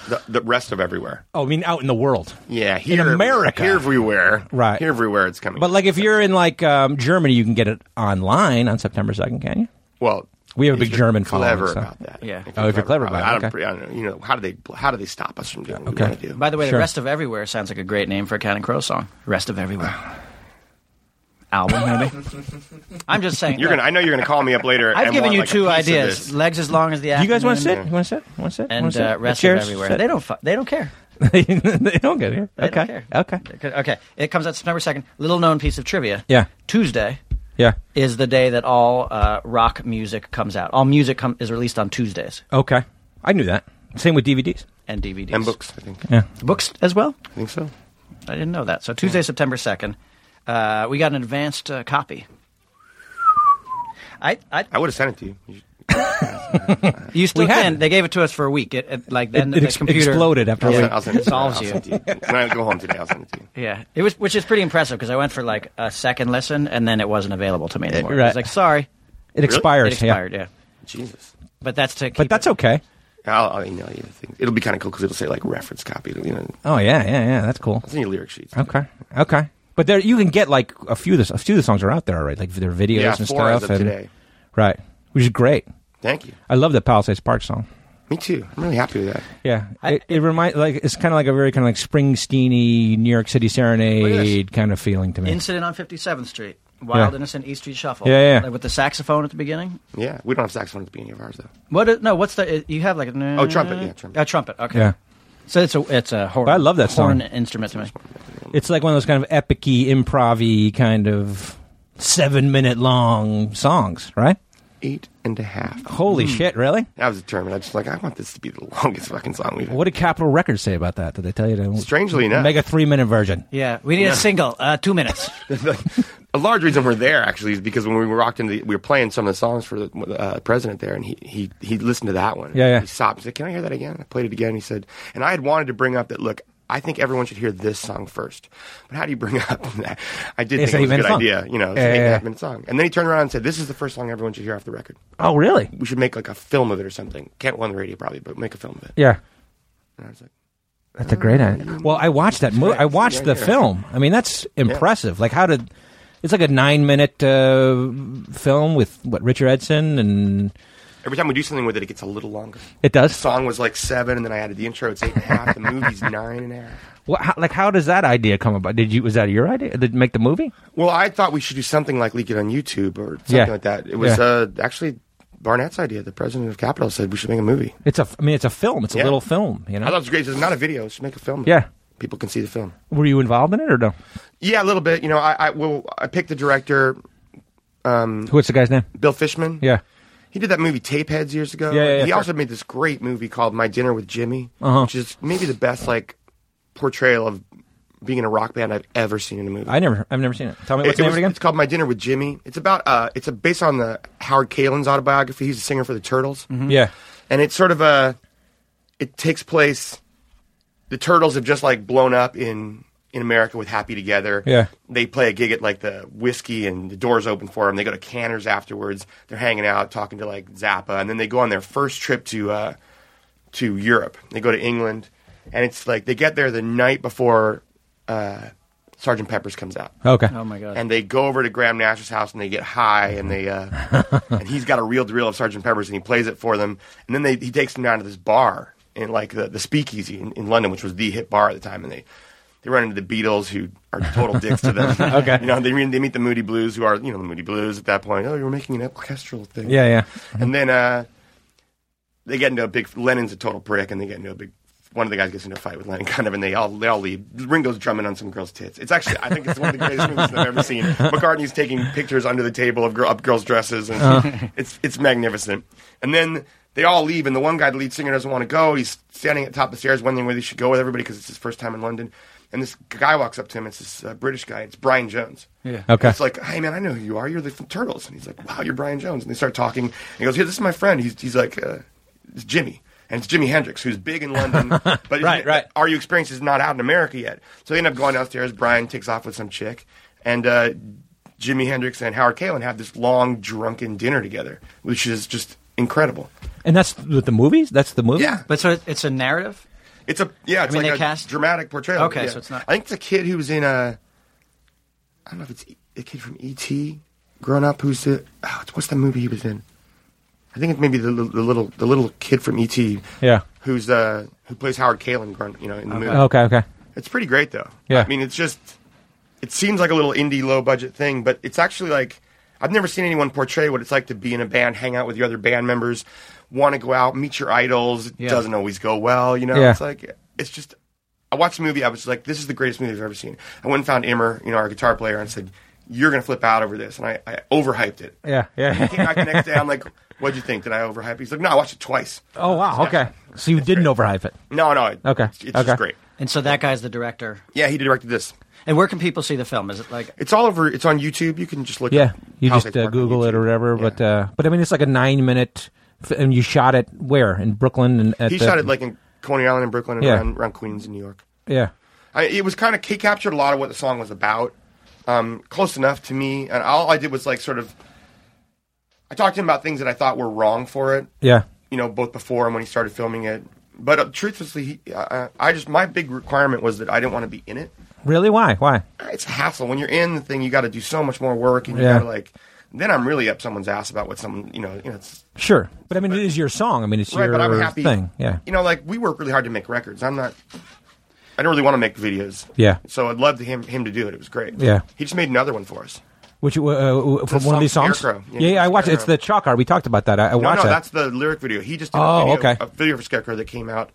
the, the rest of everywhere.
Oh, I mean, out in the world.
Yeah, here
America.
here everywhere,
Right.
Here everywhere, it's coming.
But like, if you're in like um, Germany, you can get it online on September second, can you?
well,
We have a
if
big
you're
German following,
clever
so-
about that.
Yeah.
Oh, if you're clever about it,
I don't,
okay.
I don't know, you know, how do they how do they stop us from doing what
okay.
we want to do?
By the way,
Sure.
the rest of everywhere sounds like a great name for a Counting Crow song. Rest of everywhere album, maybe. I'm just saying.
you're
look,
gonna, I know you're gonna call me up later.
I've
and
given
want,
you
like, a
two
piece of
ideas:
this.
legs as long as the.
You guys want to sit?
afternoon
You want to sit? Want to sit? Wanna
Mm-hmm. And
sit?
uh, rest
Cheers.
of everywhere.
Sit.
They don't. Fu- they don't care.
they don't get here.
They
okay.
don't care.
Okay.
Okay. It comes out September second. Little known piece of trivia.
Yeah.
Tuesday
Yeah.
is the day that all uh, rock music comes out. All music com- is released on Tuesdays
Okay. I knew that. Same with DVDs.
and DVDs
and books. I think.
Yeah.
books as well.
I think so.
I didn't know that. So Tuesday, September second, uh, we got an advanced uh, copy. I, I,
I would have sent it to you. You-
you still
Oh. We had
can.
it.
They gave it to us for a week. It, it like then
it
the
ex-
computer
exploded after
I'll,
a
send,
week.
I'll send it to you.
Solves
I'll
you.
send it to you. When I go home today, I'll send it to you.
Yeah, it was, which is pretty impressive because I went for like a second lesson and then it wasn't available to me anymore.
right.
I was like, sorry,
It expires.
it expired. Yeah,
Jesus.
but that's to. Keep
But that's
it.
okay.
I'll, I'll email you the thing. It'll be kind of cool because it'll say like reference copy. It'll, you know,
Oh yeah, yeah, yeah. That's cool.
it's in your lyric sheets.
Okay. Okay. But there, you can get like a few of the a few of the songs are out there already. Like their videos
Yeah,
and
four
stuff.
as of
and,
today.
Right. Which is great.
Thank you.
I love the Palisades Park song.
Me too. I'm really happy with that.
Yeah, it, it reminds like it's kind of like a very kind of like Springsteen-y New York City Serenade kind of feeling to me.
Incident on Fifty Seventh Street, Wild
Yeah.
Innocent East Street Shuffle.
Yeah, yeah.
Like, with the saxophone at the beginning.
Yeah, we don't have saxophone at the beginning of ours though.
What? Is, no, what's the? You have like a
Oh, trumpet, yeah, trumpet.
A trumpet. Okay.
yeah,
So it's a it's a horn.
I love that
horn
song.
instrument to me.
it's like one of those kind of epicy, improv-y kind of seven-minute-long songs, right? Hmm.
Eight and a half.
Holy shit! Really?
That was determined. I just like I want this to be the longest fucking song we've.
What did Capitol Records say about that? Did they tell you to
Strangely enough.
make a three-minute version?
Yeah, we need a single, uh, two minutes.
a large reason we're there actually is because when we rocked into the, we were playing some of the songs for the uh, president there, and he, he he listened to that one.
Yeah, yeah.
He stopped and said, "Can I hear that again?" I played it again. He said, and I had wanted to bring up that look. I think everyone should hear this song first. But how do you bring up that? I did
It's
think it was
an
a
eight-minute
good
song.
idea. You know, it's
Yeah,
an eight
yeah,
and a half
yeah.
minute song. And then he turned around and said, "This is the first song everyone should hear off the record.
Oh, really?
We should make like a film of it or something. Can't go on the radio probably, but make a film of it."
Yeah,
And I was like,
that's a great idea. Well, I watched that movie. I watched the
Yeah, yeah.
film. I mean, that's impressive. Like, how did? It's like a nine-minute uh, film with what Richard Edson and
Every time we do something with it, it gets a little longer.
it
The
does.
song was like seven, and then I added the intro. It's eight and a half. The movie's nine and a half.
What, how, like, how does that idea come about? Did you was that your idea? Did you make the movie?
Well, I thought we should do something like leak it on YouTube or something
Yeah.
like that. It was
Yeah.
uh, actually Barnett's idea. The president of Capitol said we should make a movie.
It's a, I mean, it's a film. It's a
Yeah.
little film. You
I thought it
know.
was great. It's not a video. Let's make a film.
Yeah.
people can see the film.
Were you involved in it or no?
Yeah, a little bit. You know, I, I well, I picked the director,
What's the guy's name?
Bill Fishman.
Yeah.
He did that movie Tapeheads years ago.
Yeah, yeah, yeah,
he
sure.
also made this great movie called My Dinner with Jimmy,
Uh-huh.
which is maybe the best like portrayal of being in a rock band I've ever seen in a movie.
I never, I've never seen it. Tell me what's
It-
the
it
name
was-
of it again.
It's called My Dinner with Jimmy. It's about uh, it's a, based on the Howard Kalin's autobiography. He's a singer for the Turtles,
Yeah.
and it's sort of a it takes place. The Turtles have just like blown up in in America with Happy Together.
Yeah.
they play a gig at like the whiskey, and the doors open for them. They go to Canners afterwards. They're hanging out, talking to like Zappa, and then they go on their first trip to uh, to Europe. They go to England, and it's like they get there the night before uh, Sergeant Pepper's comes out
Okay.
Oh my god.
and they go over to Graham Nash's house and they get high and they uh, and he's got a reel to reel of Sergeant Pepper's and he plays it for them and then they, he takes them down to this bar in like the, the Speakeasy in, in London, which was the hit bar at the time, and they. They run into the Beatles, who are total dicks to them.
Okay.
you know they, meet- they meet the Moody Blues, who are you know the Moody Blues at that point. Oh, you're making an orchestral thing.
Yeah, yeah.
And then uh, they get into a big. Lennon's a total prick, and they get into a big. One of the guys gets into a fight with Lennon, kind of, and they all they all leave. Ringo's drumming on some girl's tits. It's actually, I think it's one of the greatest movies I've ever seen. McCartney's taking pictures under the table of, girl, of girls' dresses, and it's it's magnificent. And then they all leave, and the one guy, the lead singer, doesn't want to go. He's standing at the top of the stairs, wondering whether he should go with everybody because it's his first time in London. And this guy walks up to him. It's this uh, British guy. It's Brian Jones. Yeah.
Okay.
It's like, hey man, I know who you are. You're the from Turtles. And he's like, wow, you're Brian Jones. And they start talking. And he goes, yeah, this is my friend. He's he's like, uh, it's Jimmy. And it's Jimi Hendrix, who's big in London, but his-
Right, right.
Are You Experience is not out in America yet. So they end up going downstairs. Brian takes off with some chick, and uh, Jimi Hendrix and Howard Kalin have this long drunken dinner together, which is just incredible.
And that's with the movies. That's the movie.
Yeah,
But so it- it's a narrative.
It's a yeah. It's
mean,
like
they
a
cast-
dramatic portrayal.
Okay,
yeah.
so it's not-
I think it's a kid who's in a. I don't know if it's E- a kid from ET, grown up who's the. Oh, it's- what's that movie he was in? I think it's maybe the, li- the little the little kid from E ET.
Yeah.
Who's uh who plays Howard Kalin? Grown, you know, in the movie.
Okay. Okay.
It's pretty great though.
Yeah.
I mean, it's just it seems like a little indie low budget thing, but it's actually like I've never seen anyone portray what it's like to be in a band, hang out with your other band members, want to go out, meet your idols. It
Yeah.
doesn't always go well, you know.
Yeah.
It's like it's just I watched the movie, I was just like, this is the greatest movie I've ever seen. I went and found Immer, you know, our guitar player, and said, You're gonna flip out over this and I, I overhyped it.
Yeah. Yeah.
Came back the next day, I'm like, What'd you think? Did I overhype it? He's like, No, I watched it twice.
Oh wow. Okay. So you didn't overhype it.
No, no, it,
Okay,
it's, it's
okay.
just great.
And so that guy's the director.
Yeah, he directed this.
And where can people see the film? Is it like
It's all over. It's on YouTube. You can just look.
Yeah.
up
You
House
just
Lights
uh,
Park on
Google it or
YouTube.
whatever.
Yeah.
But uh, but I mean, it's like a nine minute. F- and you shot it where in Brooklyn and at
he
the,
shot it like in Coney Island and Brooklyn and
Yeah.
around, around Queens and New York.
yeah.
I, it was kind of he captured a lot of what the song was about, um, close enough to me. And all I did was like sort of, I talked to him about things that I thought were wrong for it.
Yeah.
you know, both before and when he started filming it. But uh, truthfully, he, I, I just my big requirement was that I didn't want to be in it.
Really? Why? Why?
It's a hassle when you're in the thing. You got to do so much more work, and you
Yeah.
got to like. Then I'm really up someone's ass about what someone you know. You know it's
Sure. But I mean, it is your song. I mean, it's
right,
your
but I'm happy.
thing. Yeah.
You know, like we work really hard to make records. I'm not. I don't really want to make videos.
Yeah.
So I'd love to him him to do it. It was great.
Yeah.
He just made another one for us.
Which uh, uh, from one of
song
these songs?
Scarecrow.
Yeah,
Yeah,
yeah, I watched it. It's
Scarecrow.
the chalk art. We talked about that. I, I
No,
watched
no,
that.
that's the lyric video. He just did
Oh,
a, video,
okay.
a video for Scarecrow that came out.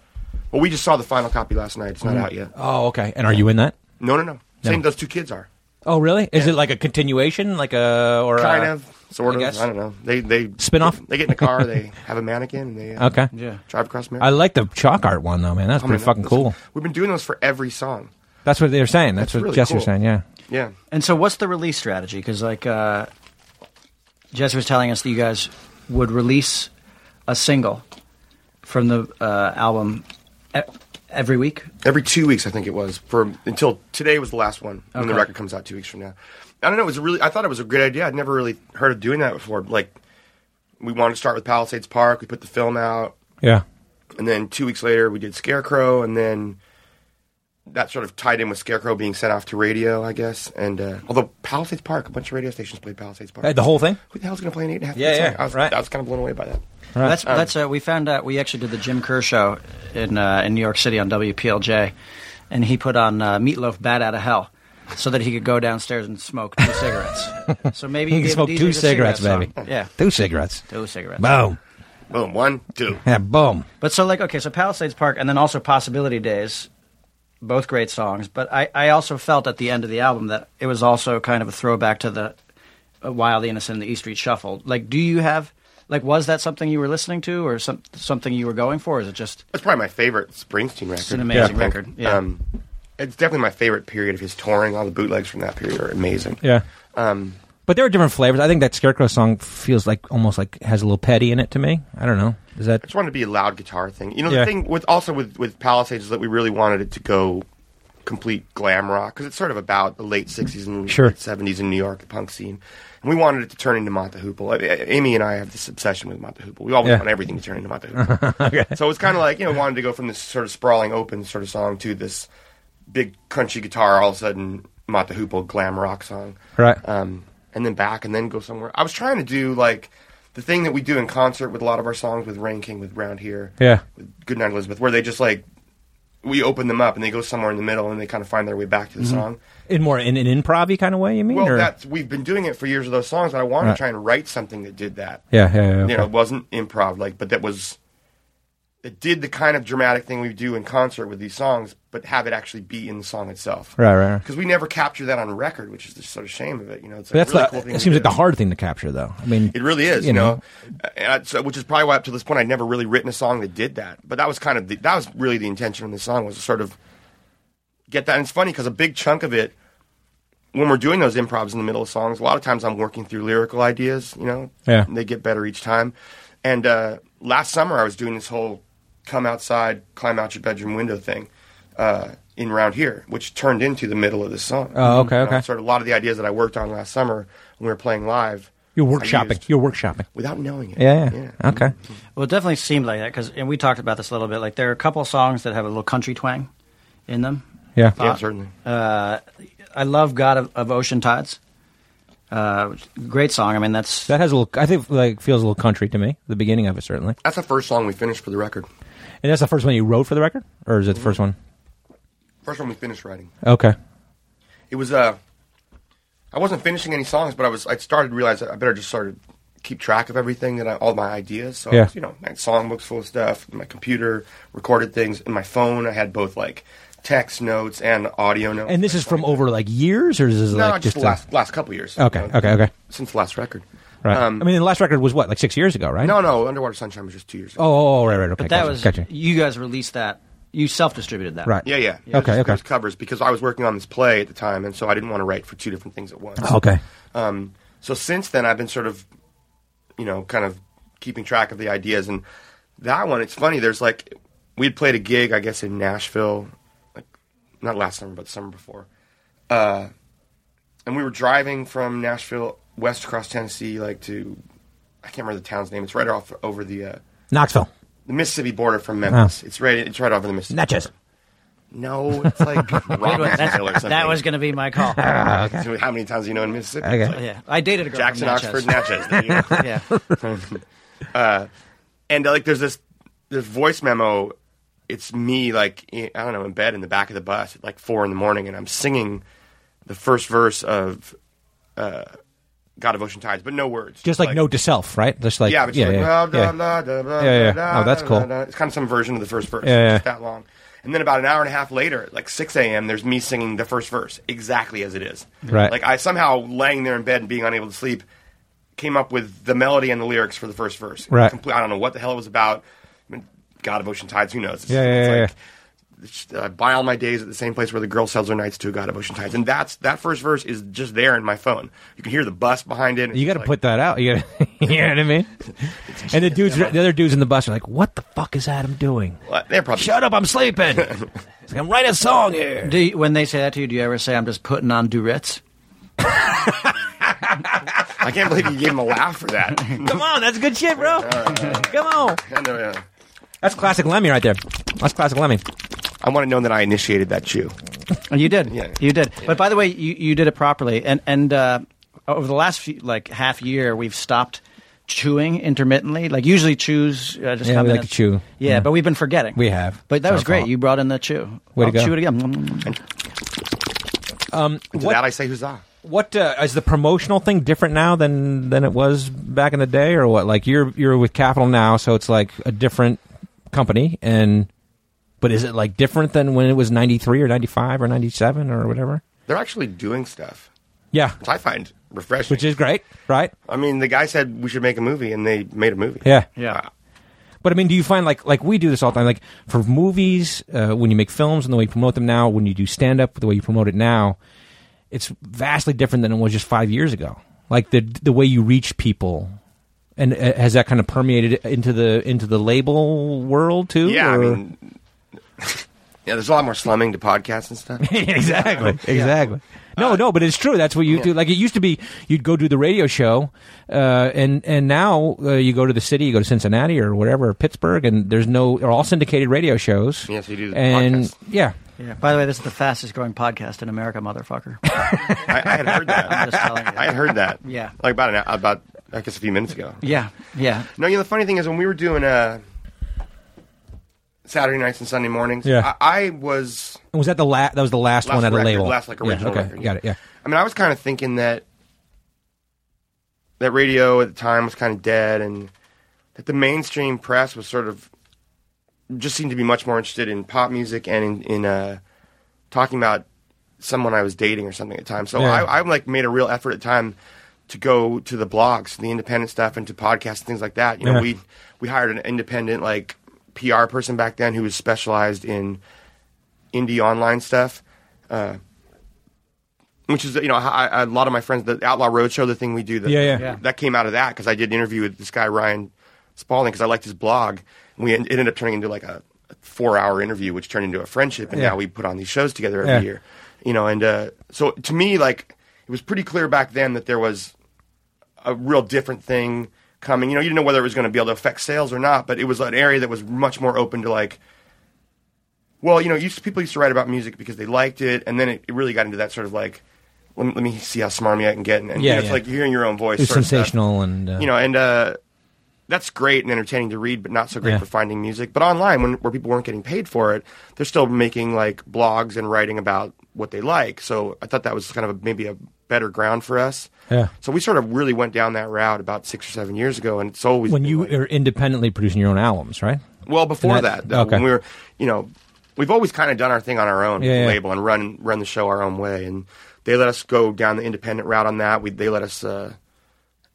Well, we just saw the final copy last night. It's not out yet.
Oh, okay. And are you in that?
No, no, no. Same those two kids are.
Oh, really? Is it like a continuation, like a or
Kind
a-
of,
Uh, I
sort of.
guess.
I don't know. They they
Spin-off?
They get in a car. They have a mannequin. and They uh,
Okay.
yeah?
drive across America.
I like the chalk art one though, man. That's
I mean,
pretty fucking
that's-
cool.
We've been doing those for every song.
That's what they're saying. That's,
That's
what
really
Jesse
cool.
was saying. Yeah.
Yeah.
And so what's the release strategy? Because like uh, Jesse was telling us that you guys would release a single from the uh, album e- every week.
every two weeks i think it was for until today was the last one when the
Okay.
record comes out two weeks from now i don't know it was a really i thought it was a great idea i'd never really heard of doing that before like we wanted to start with palisades park we put the film out
Yeah.
and then two weeks later we did scarecrow and then that sort of tied in with scarecrow being sent off to radio i guess and uh, although palisades park a bunch of radio stations played palisades park
Hey, the whole thing.
who the hell's going to play an eight and a half
Yeah,
minute song?
yeah,
I, was,
right.
I was kind of blown away by that
That's
Um,
that's uh, we found out we actually did the Jim Kerr show in uh, in New York City on WPLJ, and he put on uh, Meatloaf Bat Out of Hell. So that he could go downstairs and smoke two cigarettes. So maybe
You
he
can
gave
smoke
Deezer
two
the cigarette
cigarettes,
song.
baby.
Yeah,
Two cigarettes.
two cigarettes.
Boom.
boom one two
Yeah. Boom.
But so like okay, so Palisades Park and then also Possibility Days, both great songs. But I, I also felt at the end of the album that it was also kind of a throwback to the uh, Wild the Innocent and the E Street Shuffle. Like, do you have like was that something you were listening to or some, something you were going for? Or is it just
That's probably my favorite Springsteen record.
an amazing
I think.
record, yeah.
Um, it's definitely my favorite period of his touring. All the bootlegs from that period are amazing.
Yeah.
Um,
But there are different flavors. I think that Scarecrow song feels like almost like has a little petty in it to me. I don't know. Is that
I just wanted to be a loud guitar thing. You know,
Yeah.
the thing with also with with Palisades is that we really wanted it to go complete glam rock because it's sort of about the late '60s and
Sure.
late '70s in New York, the punk scene. And we wanted it to turn into Mata Hoople. I- I- Amy and I have this obsession with Mata Hoople. We always
Yeah.
want everything to turn into Mata Hoople. So it's kind of like you know wanted to go from this sort of sprawling open sort of song to this big crunchy guitar all of a sudden Mata Hoople glam rock song
right?
um, and then back and then go somewhere. I was trying to do like the thing that we do in concert with a lot of our songs with Rain King, with Round Here,
Yeah.
with Goodnight Elizabeth, where they just like we open them up and they go somewhere in the middle and they kind of find their way back to the song.
in more in an improv kind of way. You mean?
Well,
Mm-hmm. or?
that's we've been doing it for years with those songs, but I wanted
Right.
to try and write something that did that.
yeah. Yeah. yeah,
You know,
okay.
it wasn't improv, like, but that was that did the kind of dramatic thing we do in concert with these songs, but have it actually be in the song itself.
Right. Right. right.
Because we never capture that on record, which is the sort of shame of it. You know, it's a
But that's
really
the,
cool thing
it
to
seems like
do.
the hard thing to capture, though. I mean,
It really is, you, know, And I- so, which is probably why up to this point I'd never really written a song that did that. But that was kind of the, that was really the intention of the song was to sort of get that. And it's funny because a big chunk of it, when we're doing those improvs in the middle of songs, a lot of times I'm working through lyrical ideas. You know,
Yeah.
And they get better each time. And uh, last summer I was doing this whole "come outside, climb out your bedroom window" thing uh, in round here, which turned into the middle of this song.
Oh, okay,
You know,
okay.
Sort of a lot of the ideas that I worked on last summer when we were playing live
You're workshopping.
used.
You're workshopping.
without knowing it.
Yeah. Uh, yeah. Okay.
Well, it definitely seemed like that because, and we talked about this a little bit. Like there are a couple songs that have a little country twang in them.
Yeah.
Yeah, certainly.
Uh, I love "God of, of Ocean Tides." Uh, great song. I mean, that's
That has a little. I think like feels a little country to me. The beginning of it certainly.
That's the first song we finished for the record.
And that's the first one you wrote for the record, or is it the first one?
First one we finished writing.
Okay.
It was uh, I wasn't finishing any songs, but I was. I started to realize that I better just started keep track of everything that I, all my ideas. So I
Yeah.
was, you know, I had songbooks full of stuff. My computer recorded things. In my phone, I had both like text notes and audio notes.
And this is from over like years, or is this
no,
like just,
just, the
a-
last last couple years.
Okay,
you know,
okay, okay.
Since the last record,
Right.
Um,
I mean, the last record was what, like six years ago, right?
no, no, Underwater Sunshine was just two years. ago.
Oh, oh, oh, right, right. Okay.
but that
gotcha,
was
gotcha.
you guys released that. You self distributed that,
Right.
Yeah, yeah.
Okay,
It was-
okay.
it was covers because I was working on this play at the time, and so I didn't want to write for two different things at once.
Okay.
Um, so since then, I've been sort of, you know, kind of keeping track of the ideas. And that one, it's funny. There's like, we'd played a gig, I guess, in Nashville, like not last summer, but the summer before. Uh, and we were driving from Nashville west across Tennessee, like to, I can't remember the town's name. It's right off over the uh,
Knoxville.
the Mississippi border from Memphis.
Oh.
It's right. It's right off of the Mississippi.
Natchez.
border. No, it's like Robbinsville or something.
That was going to be my call.
How many times do you know in Mississippi?
Okay.
It's like
yeah, I dated a girl
Jackson,
from Natchez.
Oxford, Natchez. There you go.
Yeah,
and uh, like there's this this voice memo it's me like i I don't know in bed in the back of the bus at like four in the morning and i'm singing the first verse of uh, god of ocean tides but no words
Just like, note to self, right? Just like
yeah, but it's
yeah,
like
yeah,
blah,
yeah.
blah, blah, blah,
Yeah, yeah.
blah,
Oh, that's
blah,
cool.
blah, blah. It's kind of some version of the first verse.
Yeah, yeah.
It's that long. And then about an hour and a half later, like 6 a.m., there's me singing the first verse exactly as it is.
Right.
Like I somehow laying there in bed and being unable to sleep came up with the melody and the lyrics for the first verse.
Right.
Comple- I don't know what the hell it was about. I mean, God of Ocean Tides, who knows? It's-
Yeah, yeah,
it's
yeah,
like, just, uh, buy all my days at the same place where the girl sells her nights to a god of ocean tides, and that's that first verse is just there in my phone. You can hear the bus behind it.
You got to put that out. You, gotta, you know what I mean? And the dudes, the other dudes in the bus are like, "What the fuck is Adam doing?
Well, they're probably
Shut up! I'm sleeping. It's like, I'm writing a song here."
Do you, when they say that to you, do you ever say, "I'm just putting on Duritz"?
I can't believe you gave him a laugh for that.
Come on, that's good shit, bro. Come on.
And, uh,
That's classic Lemmy right there. That's classic Lemmy.
I want to know that I initiated that chew.
And Oh, You did,
Yeah.
you did. But by the way, you, you did it properly. And and uh, over the last few, like half year, we've stopped chewing intermittently. Like usually chews uh, just
Yeah,
come
we
in
like
and-
to chew.
Yeah,
Yeah.
but we've been forgetting.
We have.
But that
It's
was
our
great.
fault.
You brought in the chew.
Way to
I'll
go.
Chew it again.
To
What-
that I say huzzah.
What uh, is the promotional thing different now than than it was back in the day, or what? Like you're you're with Capital now, so it's like a different company, and but is it like different than when it was ninety three or ninety five or ninety seven or whatever?
They're actually doing stuff,
Yeah,
which I find refreshing.
which is great, right?
I mean, the guy said we should make a movie, and they made a movie. Uh,
Yeah,
Yeah.
But I mean, do you find like like we do this all the time? Like for movies, uh, when you make films and the way you promote them now, when you do stand up, the way you promote it now, it's vastly different than it was just five years ago. Like the the way you reach people, and uh, has that kind of permeated into the into the label world too?
Yeah, I
or-
mean, yeah. There's a lot more slumming to podcasts and stuff.
exactly, Uh, exactly. No, no, but it's true. That's what you do. Like it used to be, you'd go do the radio show, uh, and and now uh, you go to the city, you go to Cincinnati or whatever, or Pittsburgh, and there's no, they're all syndicated radio shows.
Yes, you do the
and
podcast.
yeah,
Yeah. By the way, this is the fastest growing podcast in America, motherfucker.
I, I had heard
I'm
that.
just telling you.
I had heard that.
Yeah.
like about an about I guess a few minutes ago.
Yeah, yeah.
No, you know the funny thing is when we were doing uh, Saturday nights and Sunday mornings.
Yeah.
I, I was
And was that the last? That was the last,
Last
one at a
record,
label.
last, like,
Yeah,
original
okay,
record.
got it. Yeah,
I mean, I was kind of thinking that that radio at the time was kind of dead, and that the mainstream press was sort of just seemed to be much more interested in pop music and in, in uh, talking about someone I was dating or something at the time. So
Yeah.
I, I like made a real effort at the time to go to the blogs, the independent stuff, and to podcasts and things like that. You know,
Yeah.
we we hired an independent like PR person back then who was specialized in indie online stuff. Uh, which is you know I, I, a lot of my friends the outlaw roadshow the thing we do the,
Yeah, yeah. Yeah.
that came out of that because i did an interview with this guy ryan spaulding because i liked his blog and we en- it ended up turning into like a four hour interview which turned into a friendship and
Yeah.
now we put on these shows together every
Yeah.
year you know and uh, so to me like it was pretty clear back then that there was a real different thing coming. You know, you didn't know whether it was going to be able to affect sales or not, but it was an area that was much more open to like. Well, you know, used to- people used to write about music because they liked it, and then it, it really got into that sort of like, let me, let me see how smarmy I can get, and, and
Yeah,
you know, it's
yeah.
like hearing your own voice.
It's
sort of stuff.
sensational and uh,
You know, and uh, that's great and entertaining to read, but not so great
Yeah.
for finding music. But online, when where people weren't getting paid for it, they're still making like blogs and writing about what they like. So I thought that was kind of a, maybe a better ground for us.
Yeah.
So we sort of really went down that route about six or seven years ago, and it's always
when
been,
you
like-
are independently producing your own albums, right?
well before
and that-
that, though,
okay.
when we were you know we've always kind of done our thing on our own with
Yeah,
the
yeah.
label and run run the show our own way, and they let us go down the independent route on that. We they let us. Uh,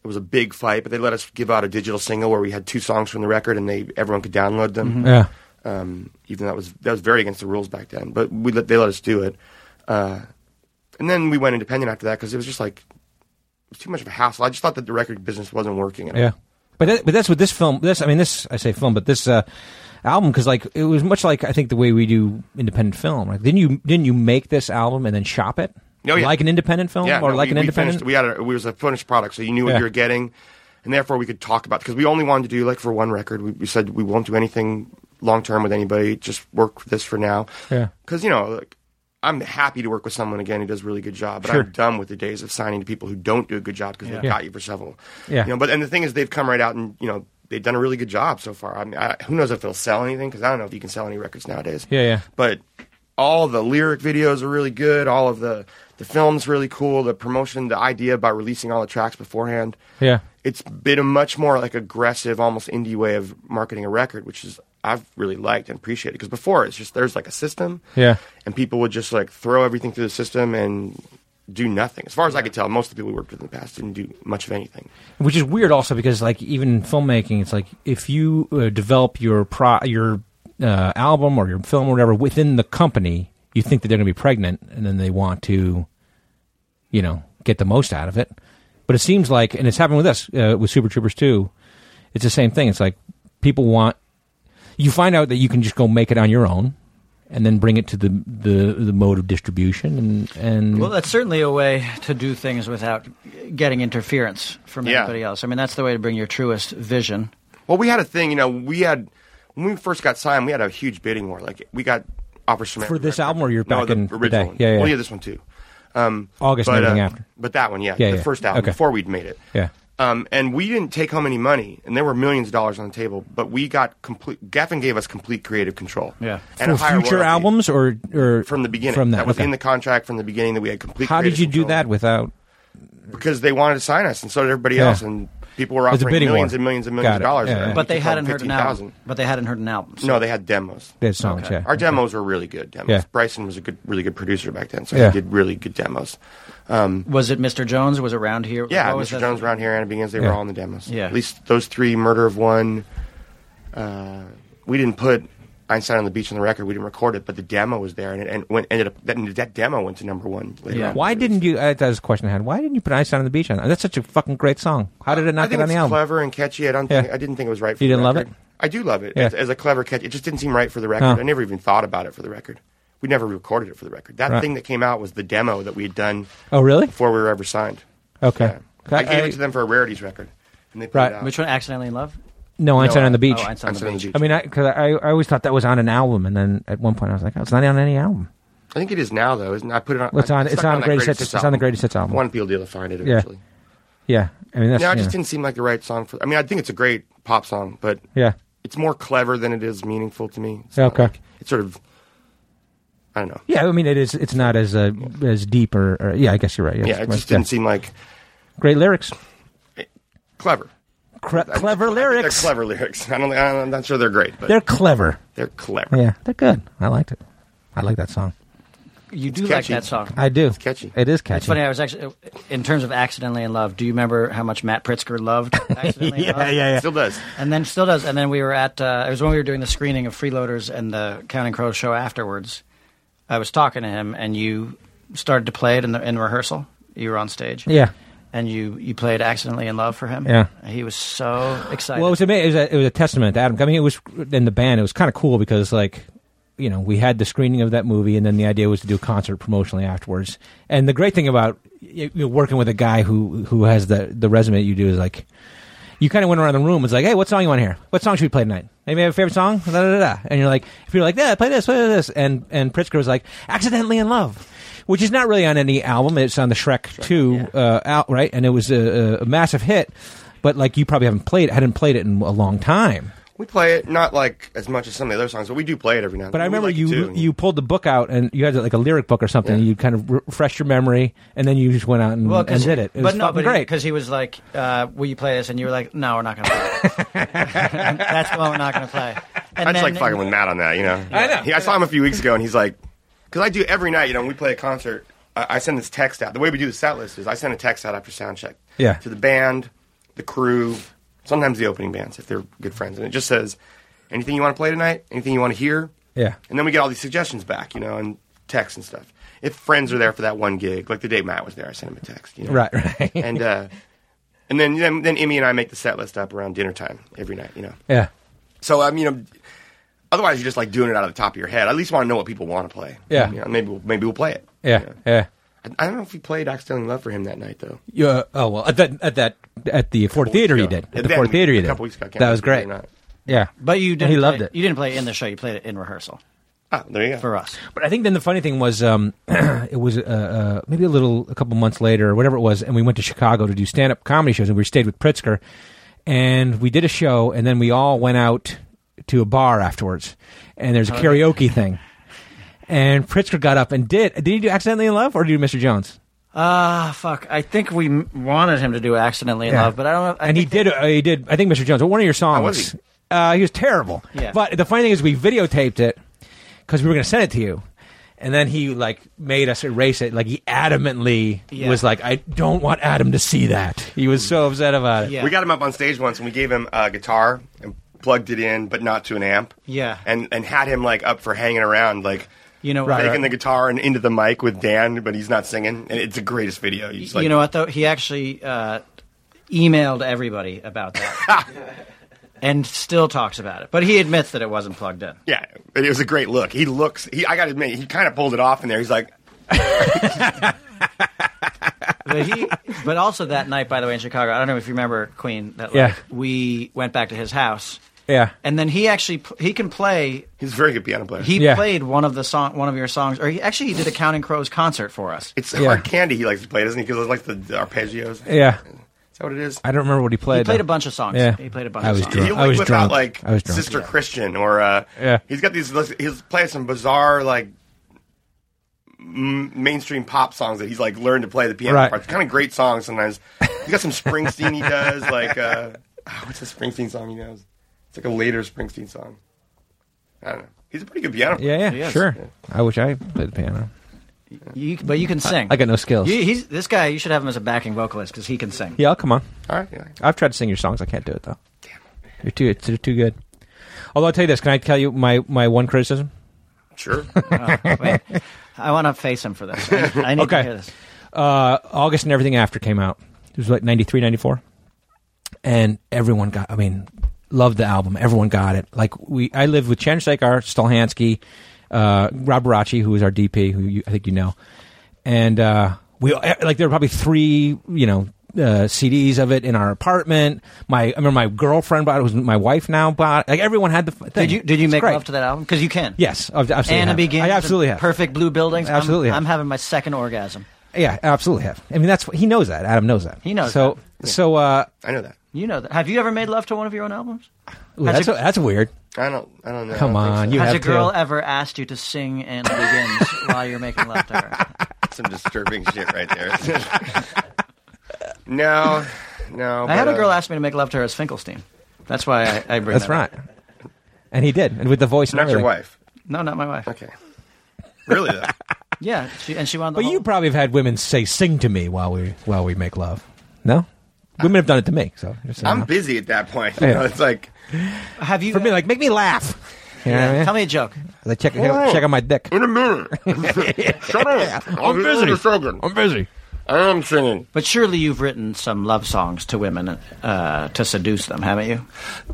it was a big fight, but they let us give out a digital single where we had two songs from the record, and they everyone could download them
Yeah.
um, even though that was that was very against the rules back then. But we let, they let us do it, uh, and then we went independent after that because it was just like it was too much of a hassle. I just thought that the record business wasn't working. at all.
Yeah, but that, but that's what this film. This I mean, this I say film, but this uh, album because like it was much like I think the way we do independent film. Right? Didn't you didn't you make this album and then shop it?
Oh, yeah.
like an independent film
yeah,
or
no,
like
we,
an
we
independent.
Finished, we had a, we was a finished product, so you knew what
Yeah.
you were getting, and therefore we could talk about because we only wanted to do like for one record. We, we said we won't do anything long term with anybody. Just work with this for now.
Yeah.
because you know. Like, I'm happy to work with someone again who does a really good job, but
Sure.
I'm done with the days of signing to people who don't do a good job because they've
Yeah.
got you for several.
Yeah.
You know, but and the thing is, they've come right out and you know they've done a really good job so far. I mean, I, who knows if they'll sell anything because I don't know if you can sell any records nowadays
Yeah, yeah.
but all the lyric videos are really good. All of the the film's really cool. The promotion, the idea about releasing all the tracks beforehand.
Yeah.
it's been a much more like aggressive, almost indie way of marketing a record, which is I've really liked and appreciated because before it's just there's like a system.
Yeah.
and people would just like throw everything through the system and do nothing. As far as I could tell, most of the people we worked with in the past didn't do much of anything.
which is weird also because like even in filmmaking it's like if you uh, develop your pro your uh, album or your film or whatever within the company you think that they're going to be pregnant and then they want to you know get the most out of it but it seems like and it's happened with us uh, with super troopers too it's the same thing it's like people want you find out that you can just go make it on your own and then bring it to the the, the mode of distribution and and
Well, that's certainly a way to do things without getting interference from
Yeah.
anybody else. I mean, that's the way to bring your truest vision.
Well, we had a thing, you know, we had when we first got signed, we had a huge bidding war. Like we got offers from
For
every
this
record.
album or your
no,
back
the
in the
original
day?
one.
Yeah, yeah.
Well, yeah, this one too. Um,
August and
but,
everything
uh,
after.
but that one, yeah,
Yeah,
the
yeah.
first album
Okay.
before we'd made it.
Yeah.
Um, and we didn't take home any money, and there were millions of dollars on the table. But we got complete. Geffen gave us complete creative control.
Yeah.
and a
for
higher
future
royalty
albums or or
from the beginning.
from that,
was
okay.
in the contract from the beginning that we had complete.
how did
creative
you do
control.
that without
Because they wanted to sign us, and so did everybody
Yeah.
else. And people were
was a
offering
bidding war.
millions and millions and millions
Got
of
it.
dollars.
Yeah,
for it.
yeah.
We
But they
took home
hadn't heard an album.
15,000.
But they hadn't heard an album. So
No, they had demos.
that songs?
Okay.
Yeah,
Our demos were really good demos.
Yeah.
Bryson was a good, really good producer back then, so
Yeah.
he did really good demos.
was it Mr. Jones? Was it around here?
Yeah,
What was
Mr.
that?
Jones, Round Here, Anna Begins, they
Yeah.
were all in the demos.
Yeah.
At least those three, Murder of One. Uh, we didn't put Einstein on the Beach on the record. We didn't record it, but the demo was there, and it and went, ended up that, that demo went to number one. Later
Yeah.
on.
Why
It was-
didn't you? Uh, that was a question I had. Why didn't you put Einstein on the beach on? That's such a fucking great song. How did it
I
not
think
get on
it's
the album?
clever and catchy. I don't.
Yeah.
Think, I didn't think it was right. for
You
the
didn't love
record.
it?
I do love it
Yeah.
as, as a clever catch. It just didn't seem right for the record.
Oh.
I never even thought about it for the record. We never recorded it for the record. That
Right.
thing that came out was the demo that we had done.
Oh, really?
Before we were ever signed.
Okay.
Yeah. I gave
I-
it to them for a rarities record, and they put
Right.
it out.
Which one? Accidentally in Love.
No, Einstein
No,
on the
I-
beach.
Oh, Einstein
I'm
on the
sitting on
Beach.
the beach.
I mean, because I, I, always thought that was on an album, and then at one point I was like, oh, it's not on any album.
I think it is now though, isn't it? I put it on.
Well, it's on- it's
not
on the
that
greatest hits- it's on the greatest hits album.
One people deal to find it
Yeah.
eventually.
Yeah, I mean that's
No, it
you
just
know.
didn't seem like the right song for. I mean, I think it's a great pop song, but
yeah,
it's more clever than it is meaningful to me. It's not
Okay.
like- it's sort of. I don't know.
yeah. I mean it is. It's not as uh, as deep or, or yeah. I guess you're right.
Yeah, it just didn't seem like eh,
great lyrics.
clever.
Cre- clever
They're
lyrics.
clever lyrics. I don't. I'm not sure they're great, but
They're
they're,
clever.
clever.
Yeah, they're good. I liked it. I like that song.
You do like
It's catchy.
that song.
I do. It's
catchy.
It is catchy.
It's funny. I was actually, in terms of accidentally in love. Do you remember how much Matt Pritzker loved accidentally? in
yeah,
love?
yeah, yeah.
Still does.
And then still does. And then we were at. Uh, it was when we were doing the screening of Freeloaders and the Counting Crows show afterwards. I was talking to him, and you started to play it in the in rehearsal. You were on stage.
Yeah.
And you you played accidentally in love for him.
Yeah.
And He was so excited.
Well, it was amazing. It was a, it was a testament to Adam. I mean, it was in the band. It was kind of cool because like you know, we had the screening of that movie, and then the idea was to do a concert promotionally afterwards. And the great thing about you know, working with a guy who who has the the resume that you do is like, you kind of went around the room. It's like, hey, what song you want to hear? What song should we play tonight? Maybe have a favorite song? Da, da, da, da. And you're like, if you're like, yeah, play this, play this, and and Pritzker was like, accidentally in love, which is not really on any album. It's on the Shrek, Two uh, out right, and it was a, a- a massive hit. But like, you probably haven't played, hadn't played it in a long time.
We play it not like as much as some of the other songs, but we do play it every now. and
But I
then. We
remember
like it,
you
too.
you pulled the book out and you had like a lyric book or something.
Yeah.
You kind of re- refreshed your memory, and then you just went out and,
Well,
and did it. It was
but no,
fucking
but
great.
because he was like, uh, "Will you play this?" And you were like, "No, we're not going to play." it." That's the one we're not going to play. And
I just
then-
like fucking with Matt on that, you know.
I know.
He, I saw him a few weeks ago, and he's like, because I do every night, you know, when we play a concert, I, I send this text out. The way we do the set list is I send a text out after sound check.
Yeah.
To the band, the crew, sometimes the opening bands if they're good friends, and it just says, anything you want to play tonight, anything you want to hear.
Yeah.
And then we get all these suggestions back, you know, and texts and stuff. If friends are there for that one gig, like the day Matt was there, I sent him a text. You know?
Right, right.
and uh, and then then then Emmy and I make the set list up around dinner time every night, you know.
yeah,
So I mean, you know, otherwise you're just like doing it out of the top of your head. I at least want to know what people want to play.
Yeah.
You know, maybe we'll, maybe we'll play it.
yeah,
You know.
yeah.
I, I don't know if we played "Accidentally in Love" for him that night though.
You, uh, oh well, at that at that at the Ford
weeks
Theater you
ago.
did.
Yeah,
At the
then
Ford
we-
Theater you
a
did.
couple weeks ago, I can't
That was
remember
great.
if we did or
Yeah,
But you
And
didn't.
he loved
play-
it.
You didn't play it in the show. You played it in rehearsal
Ah, there you go.
for uh, us.
But I think then the funny thing was, um, it was uh, uh, maybe a little, a couple months later or whatever it was, and we went to Chicago to do stand up comedy shows, and we stayed with Pritzker, and we did a show, and then we all went out to a bar afterwards, and there's a karaoke thing, and Pritzker got up and did. Did he do accidentally in love or did he do Mr. Jones?
Ah, fuck. I think we m- wanted him to do accidentally in
Yeah.
love, but I don't know. I
and he
think
did. Uh, he did. I think Mr. Jones. One of your songs.
was he?
Uh, he was terrible.
Yeah.
But the funny thing is, we videotaped it because we were going to send it to you, and then he like made us erase it. Like he adamantly
Yeah.
was like, "I don't want Adam to see that." He was so upset about it.
Yeah.
We got him up on stage once, and we gave him a guitar and plugged it in, but not to an amp.
Yeah.
And and had him like up for hanging around, like.
You know,
Right, right.
taking the guitar and into the mic with Dan, but he's not singing, and it's the greatest video. He's like,
you know what though? He actually uh, emailed everybody about that, and still talks about it. But he admits that it wasn't plugged in.
Yeah, but it was a great look. He looks. He, I got to admit, he kind of pulled it off in there. He's like,
But he, but also that night, by the way, in Chicago, I don't know if you remember Queen. That
Yeah.
like, we went back to his house,
Yeah.
and then he actually pl- he can play.
he's a very good piano player.
He
Yeah.
played one of the song, one of your songs, or he actually he did a Counting Crows concert for us.
it's
Yeah.
hard candy. He likes to play, doesn't he? Because it's like the, the arpeggios. Is
Yeah.
that what it is?
I don't remember what he played.
He played
though.
a bunch of songs.
Yeah.
He played a bunch
I
of
was
songs.
drunk.
He'll,
I
like
was
whip
drunk.
out like
I was drunk.
Sister Christian or uh,
Yeah.
he's got these. He's playing some bizarre like m- mainstream pop songs that he's like learned to play the piano
Right.
parts. Kind of great songs sometimes. he's got some Springsteen he does like uh, ah, what's a Springsteen song he knows? It's like a later Springsteen song. I don't know. He's a pretty good piano player.
Yeah, yeah,
He is.
sure. I wish I played the piano.
You, but you can sing.
I got no skills.
You, he's, this guy, you should have him as a backing vocalist because he can sing.
Yeah, I'll come on.
All right. Yeah.
I've tried to sing your songs. I can't do it though. Damn, you're too. It's, you're too good. Although I'll tell you this, can I tell you my my one criticism?
Sure.
Wait, I want to face him for this. I, I need
Okay.
to hear this.
uh, August and everything after came out. It was like 93, 94. And everyone got, I mean, loved the album. Everyone got it. Like, we, I lived with Chen Sekar, Stolhansky, uh, Rob Barachi, who was our DP, who you, I think you know. And, uh, we, like, there were probably three, you know, uh, CDs of it in our apartment. My, I remember my girlfriend bought it. it was my wife now bought it. Like everyone had the. f- Thing.
Did you did you
It's
make
great.
love to that album? Because you can.
Yes, I've- absolutely.
Anna
have.
begins.
I
and
absolutely have.
Perfect blue buildings. I'm-
Absolutely
I'm,
have.
having my second orgasm.
Yeah, I absolutely have. I mean, that's what he knows that. Adam knows that.
He knows
So, so uh,
I know that.
You know that. Have you ever made love to one of your own albums?
ooh,
Has
that's
a-
a- that's weird.
I don't. I don't know. I
Come
don't think
on,
so.
you
Has
have
a girl
to.
ever asked you to sing and begins while you're making love to her?
some disturbing shit right there. no, no.
I had
but,
a girl
uh,
ask me to make love to her as Finkelstein. That's why I, I bring
That's
that up.
right. And he did, and with the voice. and
Not your
everything.
wife.
No, not my wife.
Okay. Really though.
Yeah, she, and she wanted the
But
whole-
you probably have had women say, "Sing to me while we while we make love." No, women have done it to me. So just so you
I'm
know.
busy at that point. You know, it's like
have you uh,
for me, like make me laugh. You know what I mean?
tell me a joke.
Like, check, check, check on my dick.
in a minute. Shut up.
I'm busy.
Stroking.
I'm busy.
I'm singing.
But surely you've written some love songs to women uh, to seduce them, haven't you?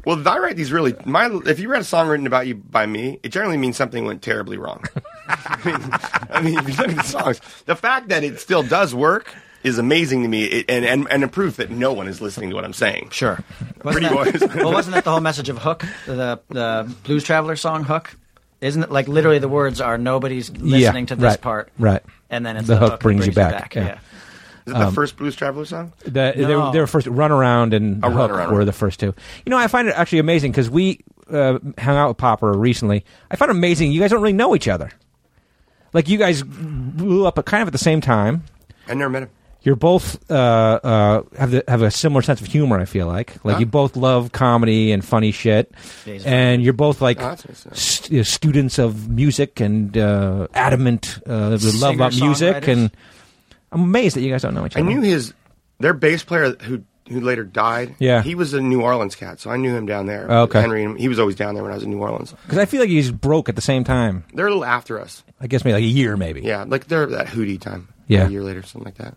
Well, I write these really. My if you read a song written about you by me, it generally means something went terribly wrong. I mean, I mean, if you look at the songs, the fact that it still does work is amazing to me, it, and, and and a proof that no one is listening to what I'm saying.
Sure. Wasn't
Pretty
that,
boys.
well, wasn't that the whole message of Hook, the the Blues Traveler song Hook? Isn't it like literally the words are nobody's listening to this
right,
part,
right.
And then it's
The
the,
hook brings you back, yeah.
Yeah.
Is it
Um,
the first Blues Traveler song?
The, they, were,
No.
they were first runaround and
Oh,
hook
Runaround,
were
right.
the first two. You know, I find it actually amazing because we uh, hung out with Popper recently. I found it amazing. You guys don't really know each other. Like you guys blew up at kind of at the same time.
I never met him.
You're both uh, uh, have the, have a similar sense of humor. I feel like like
Huh?
you both love comedy and funny shit,
he's
and you're both like
Oh, that's nice to know.
st- uh, students of music and uh, adamant uh, the love about music.
Singer-songwriters.
And I'm amazed that you guys don't know each
I
other.
knew his their bass player who who later died.
Yeah.
he was a New Orleans cat, so I knew him down there.
Oh, okay.
Henry, and- he was always down there when I was in New Orleans.
because I feel like he's broke at the same time.
They're a little after us.
I guess maybe like a year, maybe.
Yeah, like they're that Hootie time.
Yeah.
a year later, something like that.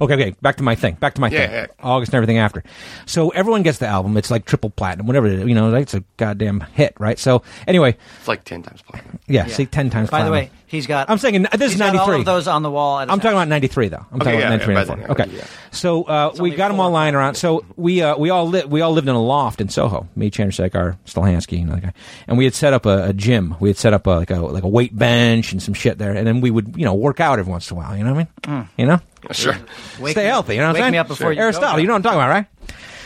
Okay, okay. Back to my thing. Back to my
Yeah,
thing.
yeah.
August and everything after. So everyone gets the album. It's like triple platinum, whatever. It is. You know, that's a goddamn hit, right? So anyway,
It's like ten times platinum.
yeah. See, ten times.
By the way,
platinum.
he's got.
I'm saying this
he's
is
got
ninety
All
three.
of those on the wall. At his
I'm talking
house.
about '93 though. I'm
Okay,
talking
yeah,
about '93.
yeah, by
94.
then,
okay,
yeah.
so uh, we
only
got them
four.
all lying around. So we uh, we all li- we all lived in a loft in Soho. Me, Chandrasekhar, Stolhansky, another guy, and we had set up a, a gym. We had set up a, like a like a weight bench and some shit there, and then we would you know work out every once in a while. You know what I mean? You know,
Sure.
Mm. Wake
stay
me-
healthy. You know what I'm
wake
saying?
me up before you go,
Aristotle.
John.
You know what I'm talking about, right?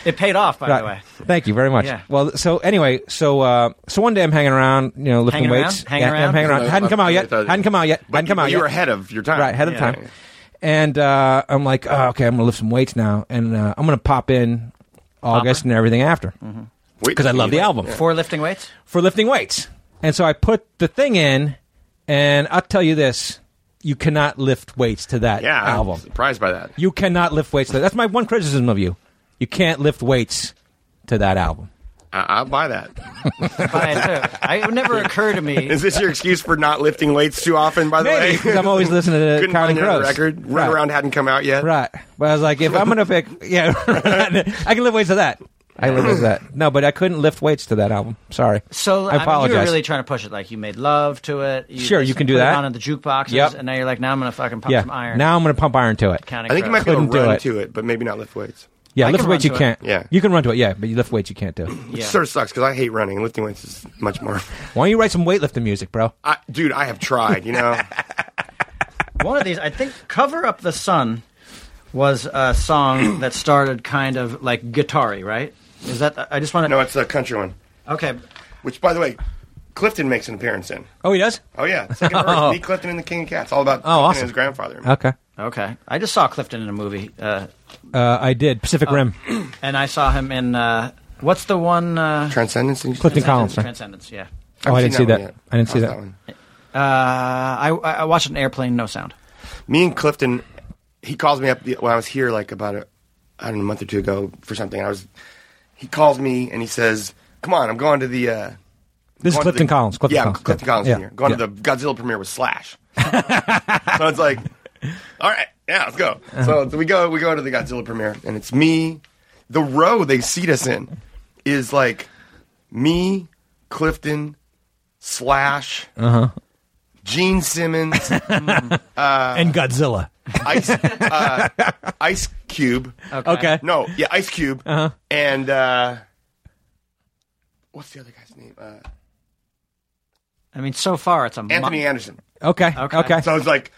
It paid off, by the way.
Right. Thank you very much.
Yeah.
Well, so anyway, so uh, so one day I'm hanging around, you know, lifting
Hanging around?
weights.
Hanging
Yeah, I'm
around?
hanging around. Hadn't come out yet. Hadn't come out yet.
But
Hadn't come
you-
out
You
yet.
were ahead of your time.
Right, ahead of
Yeah.
time. And uh, I'm like, oh, okay, I'm gonna lift some weights now, and uh, I'm gonna pop in August and everything after
Mm-hmm. Wait,
because I love the
you-
album
For lifting weights.
for lifting weights. And so I put the thing in, and I'll tell you this: you cannot lift weights to that
Yeah, I'm
album.
surprised by that.
You cannot lift weights. To That's my one criticism of you. You can't lift weights to that album.
I, I'll buy that.
By it, too. I, it would never occurred to me.
Is this your excuse for not lifting weights too often? By the
Maybe
way,
because I'm always listening to
couldn't
Counting
find another
Crows.
record. Run
Right.
around hadn't come out yet.
Right. But I was like, if I'm gonna pick, yeah, I can lift weights to that. I can lift weights to that. No, but I couldn't lift weights to that album. Sorry.
So
I apologize.
Mean, you were really trying to push it. Like you made love to it. You
Sure,
just
you can do
put it
that.
On in the jukeboxes,
Yep.
and now you're like, now I'm gonna fucking pump
yeah.
some iron.
Now I'm gonna pump iron to it.
Counting
I think you might
Crows.
be able to
Couldn't do
run
it.
to it, but maybe not lift weights.
Yeah,
I
lift
can
weights you
run to it.
can't.
Yeah.
You can run to it. Yeah, but you lift weights you can't do.
It
Yeah.
sort of sucks because I hate running. and Lifting weights is much more.
Why don't you write some weightlifting music, bro?
I, dude, I have tried. You know,
One of these, I think, "Cover Up the Sun" was a song that started kind of like guitar-y, right? Is that? I just want to.
no, it's the country one.
Okay.
Which, by the way, Clifton makes an appearance in.
Oh, he does.
Oh yeah, second verse. Me, Clifton, and the King of Cats. All about Clifton and
Oh, awesome.
his grandfather.
Okay.
Okay. I just saw Clifton in a movie, uh,
Uh, I did Pacific Rim.
and I saw him in uh, what's the one? Uh,
Transcendence.
Clifton Collins.
Transcendence.
right?
Transcendence. Yeah.
Oh, I didn't see that. I didn't see that.
one. yet.
Uh, I I watched an airplane, no sound.
Me and Clifton, he calls me up the, when I was here, like about a, I don't know, a month or two ago for something. And I was, he calls me and he says, "Come on, I'm going to the." Uh,
This is
going to
Clifton
the-
Collins. Clifton
yeah,
Collins.
Clifton Collins
Yeah.
Jr. Going
Yeah.
to the Godzilla premiere with Slash. so it's like, all right, yeah, let's go. So
Uh-huh.
we go, we go to the Godzilla premiere, and it's me. The row they seat us in is like me, Clifton, Slash,
Uh-huh.
Gene Simmons,
and Godzilla.
Ice, uh, Ice Cube.
Okay. Uh-huh.
No, yeah, Ice Cube, and uh, what's the other guy's name? Uh,
I mean, so far it's a mon-
Anthony Anderson.
Okay. Okay.
Okay.
So it was like,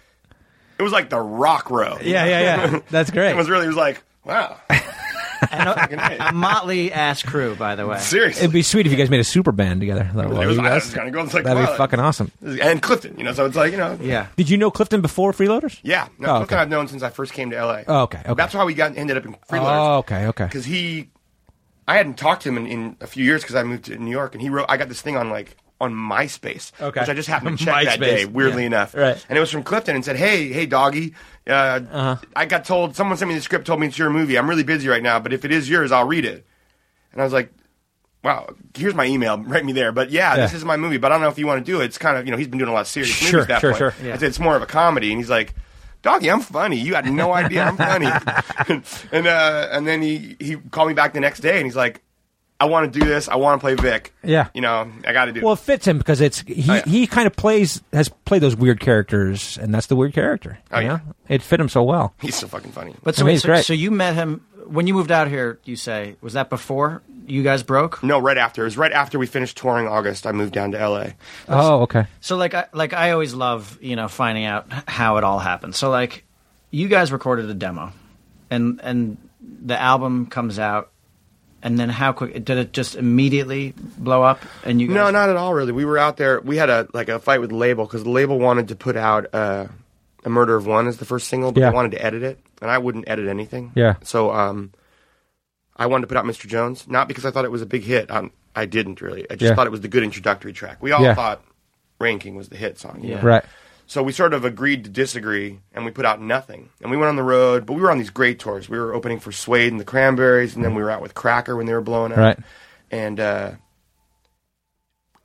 it was like the rock row.
yeah, yeah, yeah. That's great.
It was really, it was like, wow,
and a,
A.
a motley ass crew, by the way.
seriously.
It'd be sweet if you guys made a super band together. Like,
It
well,
was,
you
I
guys-
was kind of going, it's like,
That'd
wow.
be fucking awesome.
And Clifton, you know, so it's like, you know.
Yeah.
Did you know Clifton before Freeloaders?
Yeah. No,
Oh,
Clifton
okay.
I've known since I first came to LA.
Oh, okay, okay.
That's how we got ended up in Freeloaders.
Oh, okay, okay.
Because he, I hadn't talked to him in, in a few years because I moved to New York, and he wrote. I got this thing on like on MySpace,
Okay.
which I just happened to check that
MySpace,
day, weirdly
yeah.
enough.
Right. Uh-huh.
And it was from Clifton, and said, "Hey, hey, doggy, uh, I got told someone sent me the script, told me it's your movie. I'm really busy right now, but if it is yours, I'll read it." And I was like. Wow, here's my email. Write me there. But yeah, this
Yeah.
is my movie. But I don't know if you want to do it. It's kind of you know he's been doing a lot of serious
Sure,
movies at that
sure,
point.
sure.
I said it's more of a comedy, and he's like, "Doggy, I'm funny. You had no idea I'm funny." and uh, and then he he called me back the next day, and he's like, "I want to do this. I want to play Vic.
Yeah.
you know, I got to do." it."
Well, it fits him because it's he,
Oh, yeah.
he kind of plays has played those weird characters, and that's the weird character.
Oh,
you
yeah.
know? it fit him so well.
he's so fucking funny.
But so,
I mean, he's
so,
great.
so you met him when you moved out here. You say was that before you guys broke?
Mm-hmm.
no, right after it was right after we finished touring August, I moved down to L.A.
Oh, okay.
So like I, like I always love you know finding out h- how it all happened. So like you guys recorded a demo, and and the album comes out, and then how quick did it just immediately blow up? And you guys,
No, not at all. Really, we were out there. We had a like a fight with the label because the label wanted to put out uh, a murder of one as the first single, but
Yeah.
they wanted to edit it, and I wouldn't edit anything.
Yeah.
So um, I wanted to put out Mr. Jones not because I thought it was a big hit. I, I didn't really. I just
Yeah.
thought it was the good introductory track. We all
Yeah.
thought Ranking was the hit song. you
Yeah.
know?
Right.
So we sort of agreed to disagree, and we put out nothing. And we went on the road, but we were on these great tours. We were opening for Suede and the Cranberries, and then we were out with Cracker when they were blowing up.
Right.
And uh,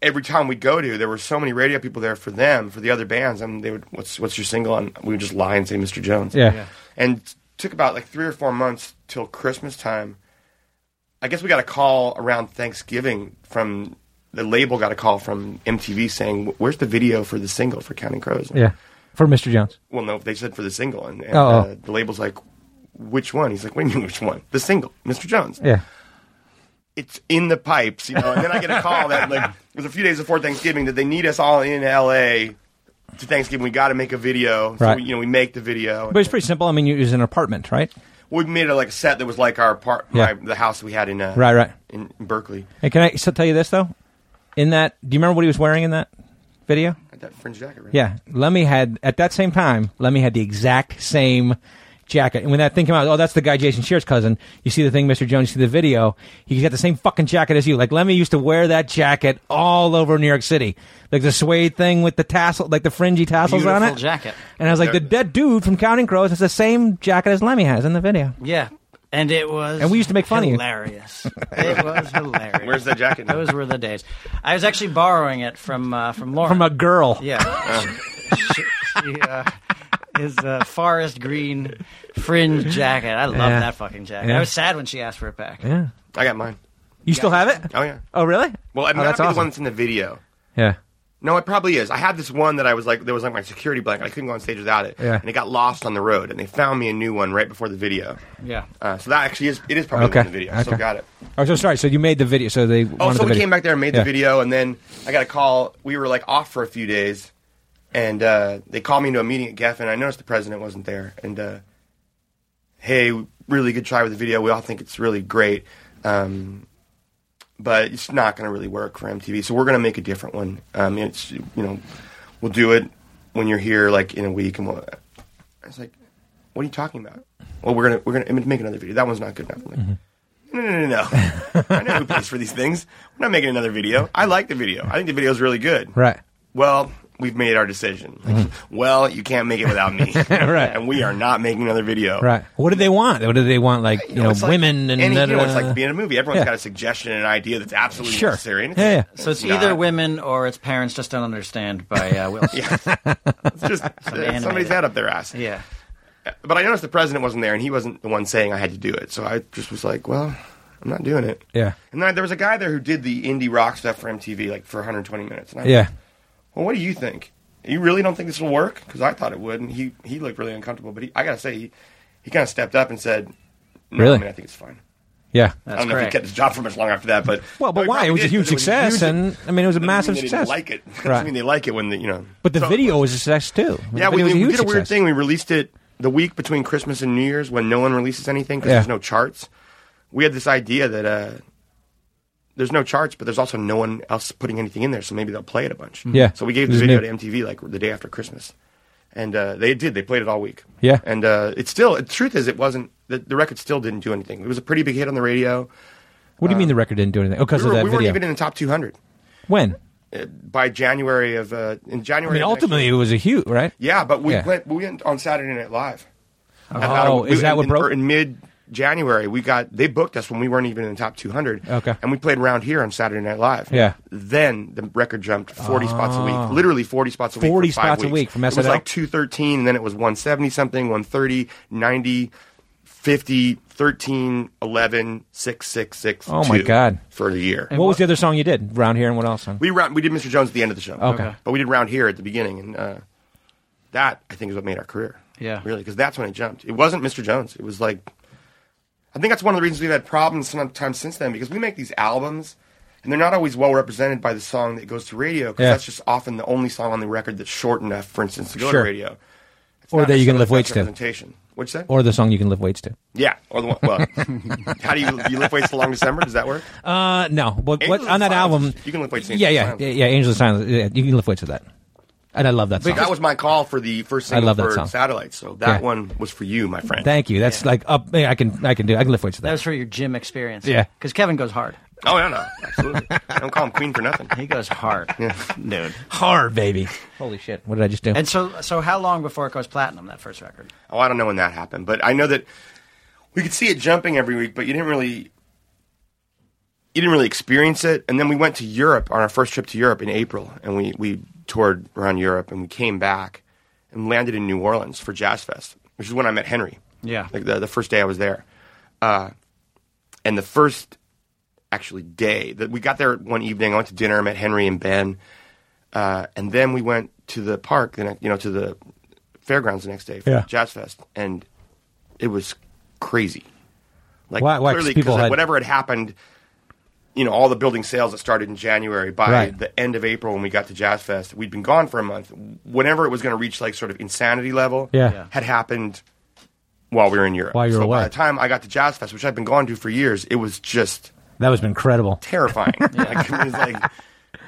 every time we'd go to, there were so many radio people there for them, for the other bands. I mean, they would, what's what's your single? And we would just lie and say Mr. Jones.
Yeah.
And it took about like three or four months till Christmas time. I guess we got a call around Thanksgiving from the label. Got a call from MTV saying, "Where's the video for the single for Counting Crows?"
Yeah. For Mr. Jones.
Well, no, they said for the single, and, and
Oh, oh.
Uh, the label's like, "Which one?" He's like, "What do you mean, which one? The single, Mr. Jones."
Yeah.
It's in the pipes, you know. And then I get a call that like it was a few days before Thanksgiving that they need us all in L.A. to Thanksgiving. We got to make a video, so
Right.
we, you know, we make the video.
But it's pretty simple. I mean, it was an apartment, right?
we made a like set that was like our part,
Yeah.
my, the house we had in uh,
Right, right.
in Berkeley
Hey, can I still tell you this though? In that, do you remember what he was wearing in that video?
at that fringe jacket. Right?
Yeah, Lemmy had at that same time. Lemmy had the exact same jacket, and when that thing came out, oh, that's the guy Jason Shear's cousin. You see the thing, Mr. Jones. You see the video. He's got the same fucking jacket as you. Like Lemmy used to wear that jacket all over New York City, like the suede thing with the tassel, like the fringy tassels
beautiful
on it.
jacket.
And I was like, the dead dude from Counting Crows has the same jacket as Lemmy has in the video.
Yeah, and it was
And we used to make fun of you.
hilarious. of Hilarious. it was hilarious.
Where's that jacket? now?
Those were the days. I was actually borrowing it from uh, from Lauren.
From a girl.
Uh.
Yeah. she, she, uh, his uh, forest green fringe jacket. I love
Yeah.
that fucking jacket.
Yeah.
I was sad when she asked for it back.
Yeah.
I got mine.
You still have it?
Oh yeah.
Oh, really?
Well, it
oh,
might
that's
be
awesome.
the one that's in the video.
Yeah.
No, it probably is. I had this one that I was like, there was like my security blanket. I couldn't go on stage without it,
Yeah.
and it got lost on the road. And they found me a new one right before the video.
Yeah.
Uh, so that actually is it is probably
Okay.
in the video. I still
Okay.
got it.
Oh, so sorry. So you made the video. So they.
Oh, so we came back there and made
Yeah.
the video, and then I got a call. We were like off for a few days, and uh, they called me into a meeting at Geffen. I noticed the president wasn't there, and uh, hey, really good try with the video. We all think it's really great, um, but it's not going to really work for MTV. So we're going to make a different one. Um, it's you know, we'll do it when you're here, like in a week, and we'll. I was like, what are you talking about? Well, we're gonna we're gonna I'm gonna make another video. That one's not good enough. I'm like,
Mm-hmm.
no, no, no, no, no. I know who pays for these things. We're not making another video. I like the video. I think the video is really good.
Right. Mm-hmm.
Well, we've made our decision. Like, Well, you can't make it without me.
Right.
And we are not making another video.
Right. What do they want? What do they want? Like you, know,
it's like
women and
any, you know,
da-
it's like
da-
being in a movie. Everyone's
Yeah.
got a suggestion and an idea that's absolutely
Sure.
necessary. and
Yeah, yeah.
So it's
not.
either women or its parents just don't understand by uh, Will. Smith.
It's just uh, somebody's
animated.
head up their ass.
yeah.
But I noticed the president wasn't there, and he wasn't the one saying I had to do it. So I just was like, well, I'm not doing it.
Yeah.
And then there was a guy there who did the indie rock stuff for MTV, like for 120 minutes. And I,
Yeah.
Well, what do you think? You really don't think this will work? Because I thought it would, and he he looked really uncomfortable. But he, I gotta say, he, he kind of stepped up and said, no,
Really?
I mean, I think it's fine.
Yeah.
I don't know if
correct.
he kept his job for much longer after that, but
Well, but
No, he
why? It
probably
was a
did,
huge
'cause it
success,
huge-
and I mean, it was a
Doesn't mean
massive
they didn't
success.
like it. Doesn't
Right.
mean they like it when the, you know.
But the
So-
video was a success too.
Yeah,
the video was
we, we
a huge
did a weird
success.
thing. We released it the week between Christmas and New Year's when no one releases anything because
Yeah.
there's no charts. We had this idea that uh, there's no charts, but there's also no one else putting anything in there, so maybe they'll play it a bunch.
Mm-hmm. Yeah.
So we gave the
This is
video
new.
to MTV like the day after Christmas, and uh, they did. They played it all week.
Yeah.
And uh, it's still the truth is it wasn't the, the record still didn't do anything. It was a pretty big hit on the radio.
What do you mean the record didn't do anything? Oh,
We,
because
were,
of that
we weren't
video.
even in the top 200
when?
uh, by January of uh, in
I
January.
mean,
of next year.
ultimately, it was a huge, right?
Yeah, but we
Yeah.
went we went on Saturday Night Live.
Oh, is that what
in,
broke-
In mid January, we got they booked us when we weren't even in the top 200.
Okay.
and we played around here on Saturday Night Live.
Yeah.
Then the record jumped 40 spots a week, literally 40 spots a week.
40
for five
spots a
weeks.
week from
It was
SNL?
like 213, and then it was 170 something, 130, 90, 50, 13, 11, 6, 6, 6.
Oh my God.
For the year.
What, was the other song you did round here and what else?
We round, we did Mr. Jones at the end of the show.
Okay.
But we did round here at the beginning, and uh, that I think is what made our career.
Yeah.
Really, because that's when it jumped. It wasn't Mr. Jones. It was like, I think that's one of the reasons we've had problems sometimes since then because we make these albums. And they're not always well represented by the song that goes to radio because
Yeah.
that's just often the only song on the record that's short enough, for instance, to go
Sure.
to radio. It's
Or
not
that you can
necessarily
lift
the
weights
best
to.
representation. What'd you say?
Or the song you can lift weights to?
yeah, or the one. Well, how do you you lift weights to long December? Does that work?
Uh, no, but
Angels
what,
and
on that
Silence.
album,
You can lift weights to
Yeah,
Angels
yeah,
and
yeah,
Silence.
yeah. Angels and Silence. Yeah, you can lift weights to that, and I love that song.
that was my call for the first single
love that
for
song.
Satellite. So
Yeah.
that one was for you, my friend.
Thank you. That's like up. I can, I can do. I can lift weights to
That
that.
was for your gym experience.
Yeah.
Because Kevin goes hard.
oh yeah, no, absolutely. I don't call him queen for nothing.
He goes hard. Dude.
hard, baby. Holy shit! What did I just do?
And so, so how long before it goes platinum, that first record?
Oh, I don't know when that happened, but I know that we could see it jumping every week, but you didn't really. You didn't really experience it, and then we went to Europe on our first trip to Europe in April, and we, we toured around Europe, and we came back, and landed in New Orleans for Jazz Fest, which is when I met Henry.
Yeah.
like the, the first day I was there, uh, and the first actually day that we got there one evening. I went to dinner, met Henry and Ben, uh, and then we went to the park the next, you know, to the fairgrounds the next day for
Yeah.
Jazz Fest, and it was crazy. Like
Why- why? 'Cause
clearly,
people
because
had-
whatever had happened, you know, all the building sales that started in January by
Right.
the end of April when we got to Jazz Fest, we'd been gone for a month. Whenever it was going to reach like sort of insanity level,
Yeah. Yeah.
had happened while we were in Europe.
While you were
so by
away.
the time I got to Jazz Fest, which I've been gone to for years, it was just
that was incredible.
terrifying. like, it was like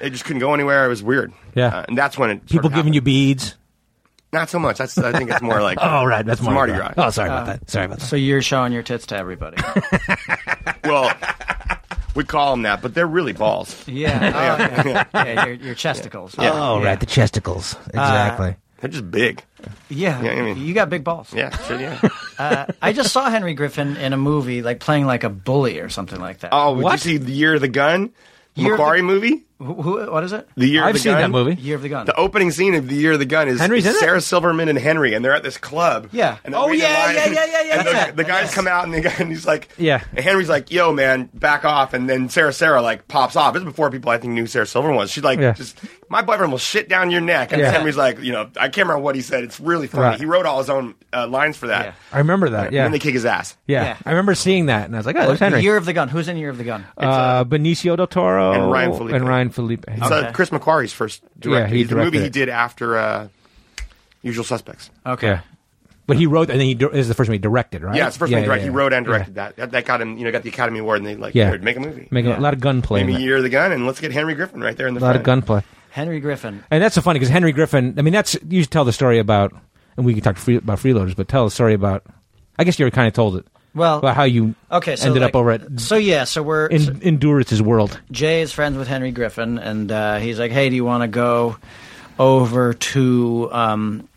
it just couldn't go anywhere. It was weird.
Yeah.
Uh, and that's when it
People giving you beads.
not so much. That's I think it's more like
Oh, right. That's
it's
Mardi, Gras.
Mardi Gras.
Oh, sorry about that. Sorry about that.
So you're showing your tits to everybody.
Well, we call them that, but they're really balls.
yeah. Oh, yeah. yeah your, your chesticles. Yeah.
oh, right. The chesticles. Exactly.
They're just big.
Yeah.
Yeah, I mean-
you got big balls.
Yeah, shit, yeah.
Uh, I just saw Henry Griffin in a movie, like playing like a bully or something like that.
Oh, did you
What?
see the Year of the Gun, the
Year of
Macquarie
the-
movie?
Who, who, what is it?
The Year of
I've
the
seen
Gun.
that movie.
Year of the Gun.
The opening scene of the Year of the Gun is
Henry's in it?
Sarah Silverman and Henry, and they're at this club.
Yeah.
And they're
Oh,
waiting in
yeah,
line,
yeah, yeah, yeah, yeah,
And
that's
the,
it.
the guys come out, and the guy and he's like,
Yeah.
And Henry's like, "Yo, man, back off!" And then Sarah Sarah like pops off. This is before people I think knew Sarah Silverman was. She's like,
Yeah.
"Just my boyfriend will shit down your neck." And
Yeah.
Henry's like, "You know, I can't remember what he said. It's really funny.
Right.
He wrote all his own uh, lines for that."
Yeah.
I remember that. Yeah.
And then they kick his ass.
yeah.
Yeah.
I remember seeing that, and I was like, oh,
What-
there's Henry.
The Year of the Gun. Who's in Year of the Gun?
uh, Benicio del Toro
And Ryan Felipe.
And Ryan Felipe.
It's uh,
Okay.
Chris McQuarrie's first
Yeah,
director.
he
the movie
directed
he
it.
did after uh, Usual Suspects.
okay.
Yeah. But he wrote, and then he di- this is the first one he directed, right?
Yeah, it's the first one he directed.
yeah,
He wrote and
yeah.
directed that. that. That got him, you know, got the Academy Award, and they like,
Yeah.
"Here, make a movie,
Make a
Yeah.
lot of gunplay.
maybe
in
a
that.
Year of the Gun, and let's get Henry Griffin right there in the
A lot of
front.
gunplay.
Henry Griffin.
And that's so funny because Henry Griffin. I mean, that's you should tell the story about, and we can talk free, about freeloaders, but tell the story about. I guess you already kind of told it.
Well-
about how you
Okay, so
ended
like-
up over at
So yeah, so we're so
in, Endurance World.
Jay is friends with Henry Griffin, and uh, he's like, "Hey, do you want to go over to um,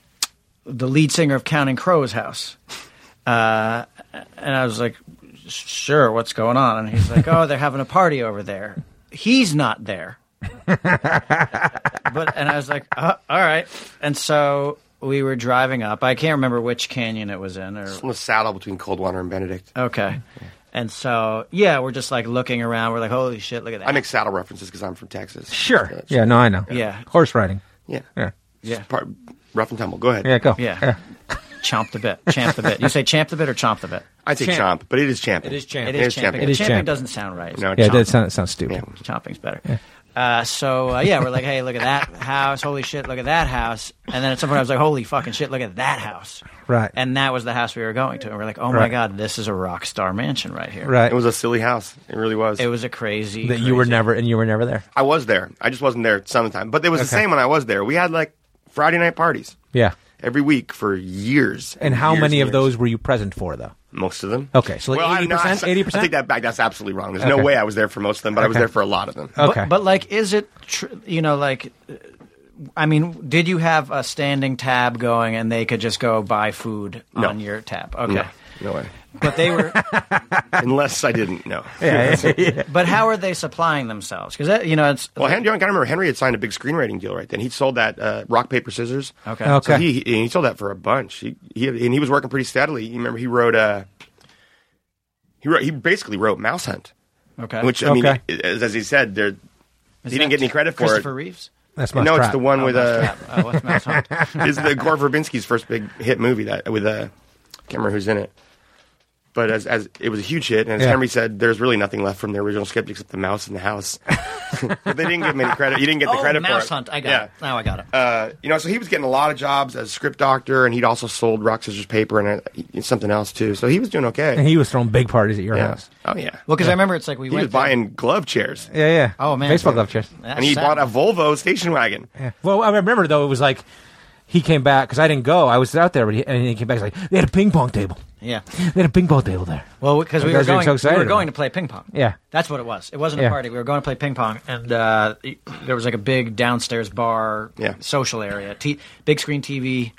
the lead singer of Counting Crows' house?" Uh, and I was like, "Sure, what's going on?" And he's like, "Oh, they're having a party over there. He's not there." but and I was like, uh, "All right." And so we were driving up. I can't remember which canyon it was in, or
From the saddle between Coldwater and Benedict.
Okay. And so, yeah, we're just like looking around. We're like, holy shit, look at that.
I make saddle references because I'm from Texas. So it's-
Yeah. No, I know.
Yeah.
Horse riding.
yeah,
Yeah.
yeah.
Part, rough and tumble. Go ahead.
Yeah. Go.
Yeah. Chomp the bit. Champ the bit. You say champ the bit or chomp the bit?
I say
Champ.
chomp. but it is champ.
It is champ.
It
It
is
is
champing.
champing. It
is
champing
champing.
doesn't sound right.
No,
Yeah.
chomp.
That sounds, sounds stupid.
Yeah.
Chomping's better. Uh, so, uh, yeah, we're like, hey, look at that house. Holy shit, look at that house. And then at some point, I was like, holy fucking shit, look at that house.
Right.
And that was the house we were going to. And we're like, oh my
Right.
God, this is a rock star mansion right here.
Right.
It was a silly house. It really was.
It was a crazy.
that you were
crazy-
never and you were never there.
I was there. I just wasn't there some of the time. But it was the
Okay.
same when I was there. We had like Friday night parties
Yeah.
every week for years.
And how
years
many
and
of
years.
those were you present for though?
Most of them.
Okay, so like
Well, I'm not-
80%, 80%?
I take that back. That's absolutely wrong. There's
Okay.
no way I was there for most of them, but I was
Okay.
there for a lot of them.
Okay.
But, but like, is it, tr- you know, like, uh, I mean, did you have a standing tab going and they could just go buy food
No.
on your tab? Okay.
No, no way.
But they were.
Unless I didn't know.
but how are they supplying themselves? Because you know it's
Well, Henry, I remember Henry had signed a big screenwriting deal right then. He sold that uh, rock paper scissors.
okay.
Okay.
So he, he he sold that for a bunch. He, he and he was working pretty steadily. You remember he wrote uh he wrote he basically wrote Mouse Hunt,
Okay.
which I
Okay.
mean, as, as he said, there he
Is that
didn't get any credit for it.
Christopher Reeves.
That's my
no, it's the one with
Mouse
uh,
Trap. Oh, what's Mouse Hunt?
is the Gore Verbinski's first big hit movie that with uh, I can't remember who's in it. But as, as it was a huge hit, and as
Yeah.
Henry said, there's really nothing left from the original script except the mouse in the house. but they didn't give him any credit. You didn't get the
oh,
credit
Mouse
for it.
Hunt. I got
Yeah.
it. Now I got it.
uh, you know, so he was getting a lot of jobs as script doctor, and he'd also sold rock scissors paper and uh, something else too. So he was doing
And
okay.
he was throwing big parties at your
Yeah.
house.
Oh yeah.
well, because I remember it's like we
he
went
was buying glove chairs,
Yeah, yeah.
Oh, man.
baseball glove chairs.
there. That's
and he
sad.
bought a Volvo station wagon.
Yeah. Well, I remember though it was like he came back because I didn't go. I was out there, but he, and he came back he's like they had a ping pong table.
yeah.
They had a ping pong table there.
Well, because we
You
were
guys are
going,
so
we
excited
were going
about
to
it.
play ping pong.
Yeah.
That's what it was. It wasn't
Yeah.
a party. We were going to play ping pong, and uh, there was like a big downstairs bar,
Yeah.
social area, t- big screen TV,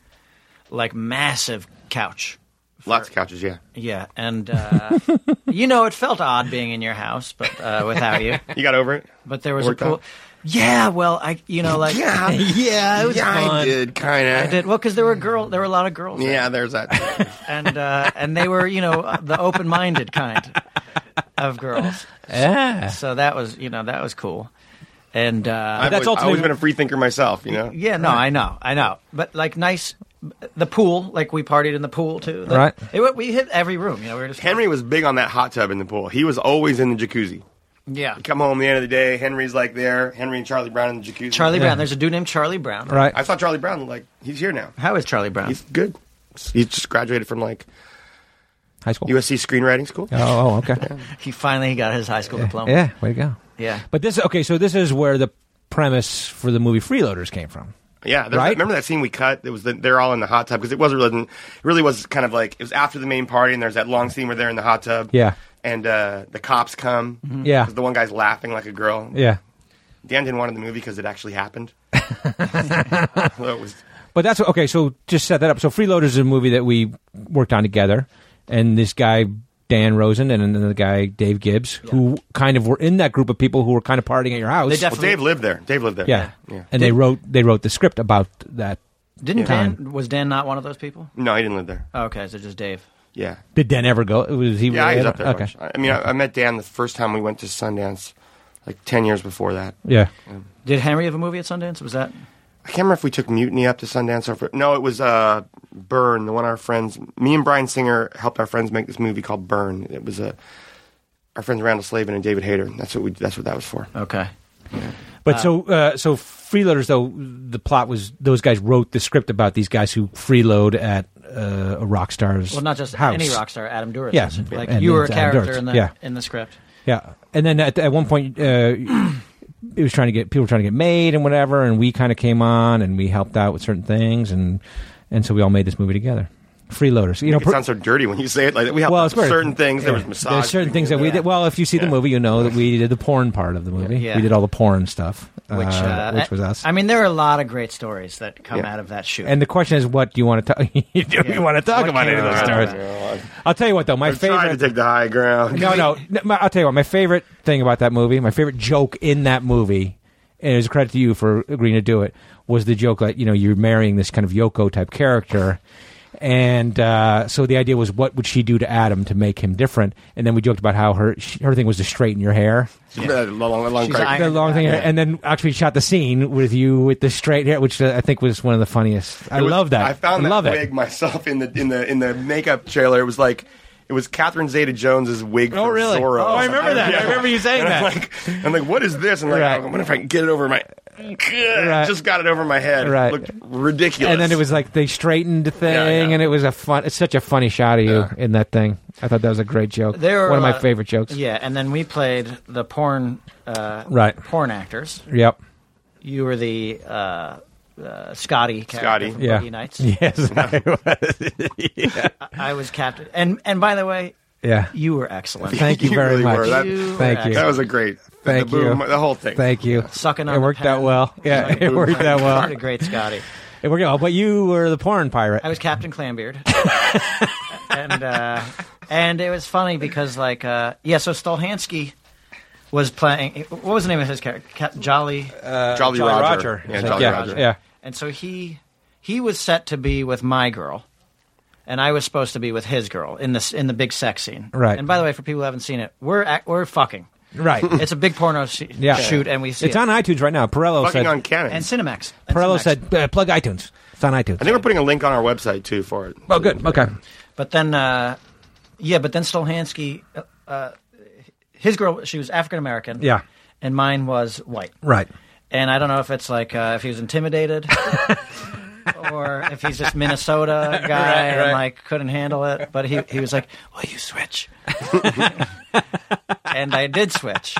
like massive couch.
Lots of couches, yeah.
Yeah, and uh, you know it felt odd being in your house, but uh, without you.
You got over it.
But there was
Worked
a pool.
out.
Yeah, well, I you know like
Yeah, yeah,
uh, it was
I
fun.
did kind
I
of.
did well because there were girl there were a lot of girls. there.
Yeah, there's that.
and uh, and they were you know the open minded kind of girls.
Yeah.
So that was you know that was cool, and uh,
I've
that's
always, I've always
ultimately-
been a free thinker myself, you know.
yeah, no, I know, I know, but like nice, the pool, like we partied in the pool too. Like,
Right.
It, wa- we hit every room. You know, we were just
Henry was big on that hot tub in the pool. He was always in the jacuzzi.
Yeah.
Come home the end of the day, Henry's like there. Henry and Charlie Brown in the jacuzzi.
Charlie
Yeah.
Brown. There's a dude named Charlie Brown.
Right.
I saw Charlie Brown like he's here now.
How is Charlie Brown?
He's good. He just graduated from like
High school.
USC screenwriting school.
oh, oh, okay.
he finally got his high school diploma.
yeah. Way to go.
Yeah.
But this okay. So this is where the premise for the movie Freeloaders came from.
Yeah, there's
Right?
remember that scene we cut? It was the, they're all in the hot tub because it wasn't really, it really was kind of like it was after the main party, and there's that long scene where they're in the hot tub.
Yeah. Mm-hmm.
and uh, the cops come.
Yeah.
'Cause the one guy's laughing like a girl.
Yeah.
Dan didn't want in the movie because it actually happened. Well, it was-
But that's okay. So just set that up. So Freeloaders is a movie that we worked on together, and this guy Dan Rosen and another guy Dave Gibbs, who kind of were in that group of people who were kind of partying at your house.
They
well,
definitely
Dave lived there. Dave lived there.
yeah. And they wrote they wrote the script about that.
didn't.
Time.
Dan was Dan not one of those people?
No, he didn't live there.
Oh, okay, so just Dave.
Yeah.
Did Dan ever go? Was he?
Yeah,
really
he was
ever-
up there. a
Okay.
bunch. I I mean, I, I met Dan the first time we went to Sundance, like ten years before that.
Yeah.
Did Henry have a movie at Sundance? Was that?
I can't remember if we took Mutiny up to Sundance or if it- no, it was uh, Burn. The one our friends, me and Brian Singer helped our friends make this movie called Burn. It was uh, our friends Randall Slavin and David Hayter. That's what we. That's what that was for.
Okay.
But so uh, so freeloaders though the plot was those guys wrote the script about these guys who freeload at uh, a rock star's
Well, not just
house.
any rock star, Adam Duritz.
Yeah.
like
And
you were a
it's Adam
character
Duritz.
in the
Yeah.
in the script.
Yeah, and then at, at one point, uh, it was trying to get people were trying to get made and whatever, and we kind of came on and we helped out with certain things, and and so we all made this movie together. Freeloaders, you know.
It
per-
sounds so dirty when you say it like that. We have
well, it's very-
certain things. There
yeah.
was massage.
There's certain things that we
Yeah.
did. Well, if you see the
Yeah.
movie, you know that we did the porn part of the movie.
Yeah.
We did all the porn stuff,
which uh,
which was us.
I mean, there are a lot of great stories that come
Yeah.
out of that shoot.
and the question is, what do you want to talk? do
Yeah.
you want to talk
What
about
can
any of
we
those
talk
stories?
about?
I'll tell you what, though, my
I'm trying
favorite.
to take the high ground.
No, no. no, my- I'll tell you what. My favorite thing about that movie, my favorite joke in that movie, and it's a credit to you for agreeing to do it, was the joke that you know you're marrying this kind of Yoko type character, and uh, so the idea was what would she do to Adam to make him different, and then we joked about how her she, her thing was to straighten your hair,
That long, long
She's
crack.
like-
the long thing, and then actually shot the scene with you with the straight hair, which uh, I think was one of the funniest. I
It was-
love that.
I found that
love
wig
it.
myself in the in the in the makeup trailer. It was like it was Catherine Zeta Jones's wig.
Oh,
from
really?
Zorro.
Oh, I remember that. I remember you saying
And I'm
that.
Like, I'm like, what is this? And like,
Right.
I wonder if I can get it over my. Just got it over my head.
Right.
It looked ridiculous.
And then it was like they straightened the thing,
Yeah, yeah.
and it was a fun. It's such a funny shot of you in that thing. I thought that was a great joke.
There are
One of
a
my
lot-
favorite jokes.
yeah, and then we played the porn uh,
Right.
porn actors.
Yep.
You were the uh, uh, Scotty character
Scotty.
from
Yeah.
Boogie Nights.
Yes. I was.
I was captain. And and by the way,
yeah.
you were excellent.
Thank you,
You
very
really
much.
were. That-
You
Thank
were
you.
That was a great.
Thank
the
you.
boom- The whole thing.
Thank you.
Sucking on
It
the
worked
pen.
out well. Yeah,
Sucking
it
on the
worked
pen.
out well.
What a great Scotty.
There we go. But you were the porn pirate.
I was Captain Clambeard, and uh, and it was funny because like uh, yeah, so Stolhansky was playing. What was the name of his character? Cap- Jolly.
Uh,
Jolly,
Jolly
Roger.
Roger.
Yeah,
It's like,
Jolly
yeah,
Roger.
yeah.
And so he he was set to be with my girl, and I was supposed to be with his girl in this in the big sex scene.
Right.
And by the way, for people who haven't seen it, we're ac- we're fucking.
Right.
It's a big porno sh-
Yeah.
shoot, and we see
It's
it.
on iTunes right now. Perello
Fucking
said.
uncanny.
and Cinemax. And
Perello
Cinemax.
said, uh, plug iTunes. It's on iTunes.
I think we're putting a link on our website too for it.
Oh, good. Okay.
But then, uh, yeah, but then Stolhansky, uh, uh, his girl, she was African American.
Yeah.
And mine was white.
Right.
And I don't know if it's like uh, if he was intimidated or if he's just Minnesota guy and
right.
like couldn't handle it. But he, he was like, Will you switch? and I did switch.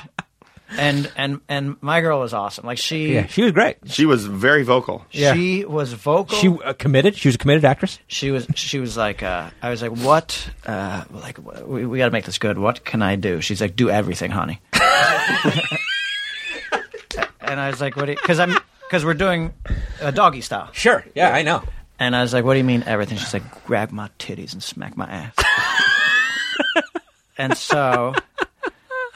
And and and my girl was awesome. Like she
Yeah, she was great.
She was very vocal.
she was vocal.
She uh, committed. She was a committed actress.
she was she was like uh, I was like what uh, like wh- we, we got to make this good what can I do she's like do everything honey and I was like what because I'm because we're doing a doggy style
Sure. Yeah, I know.
and I was like what do you mean everything she's like grab my titties and smack my ass and so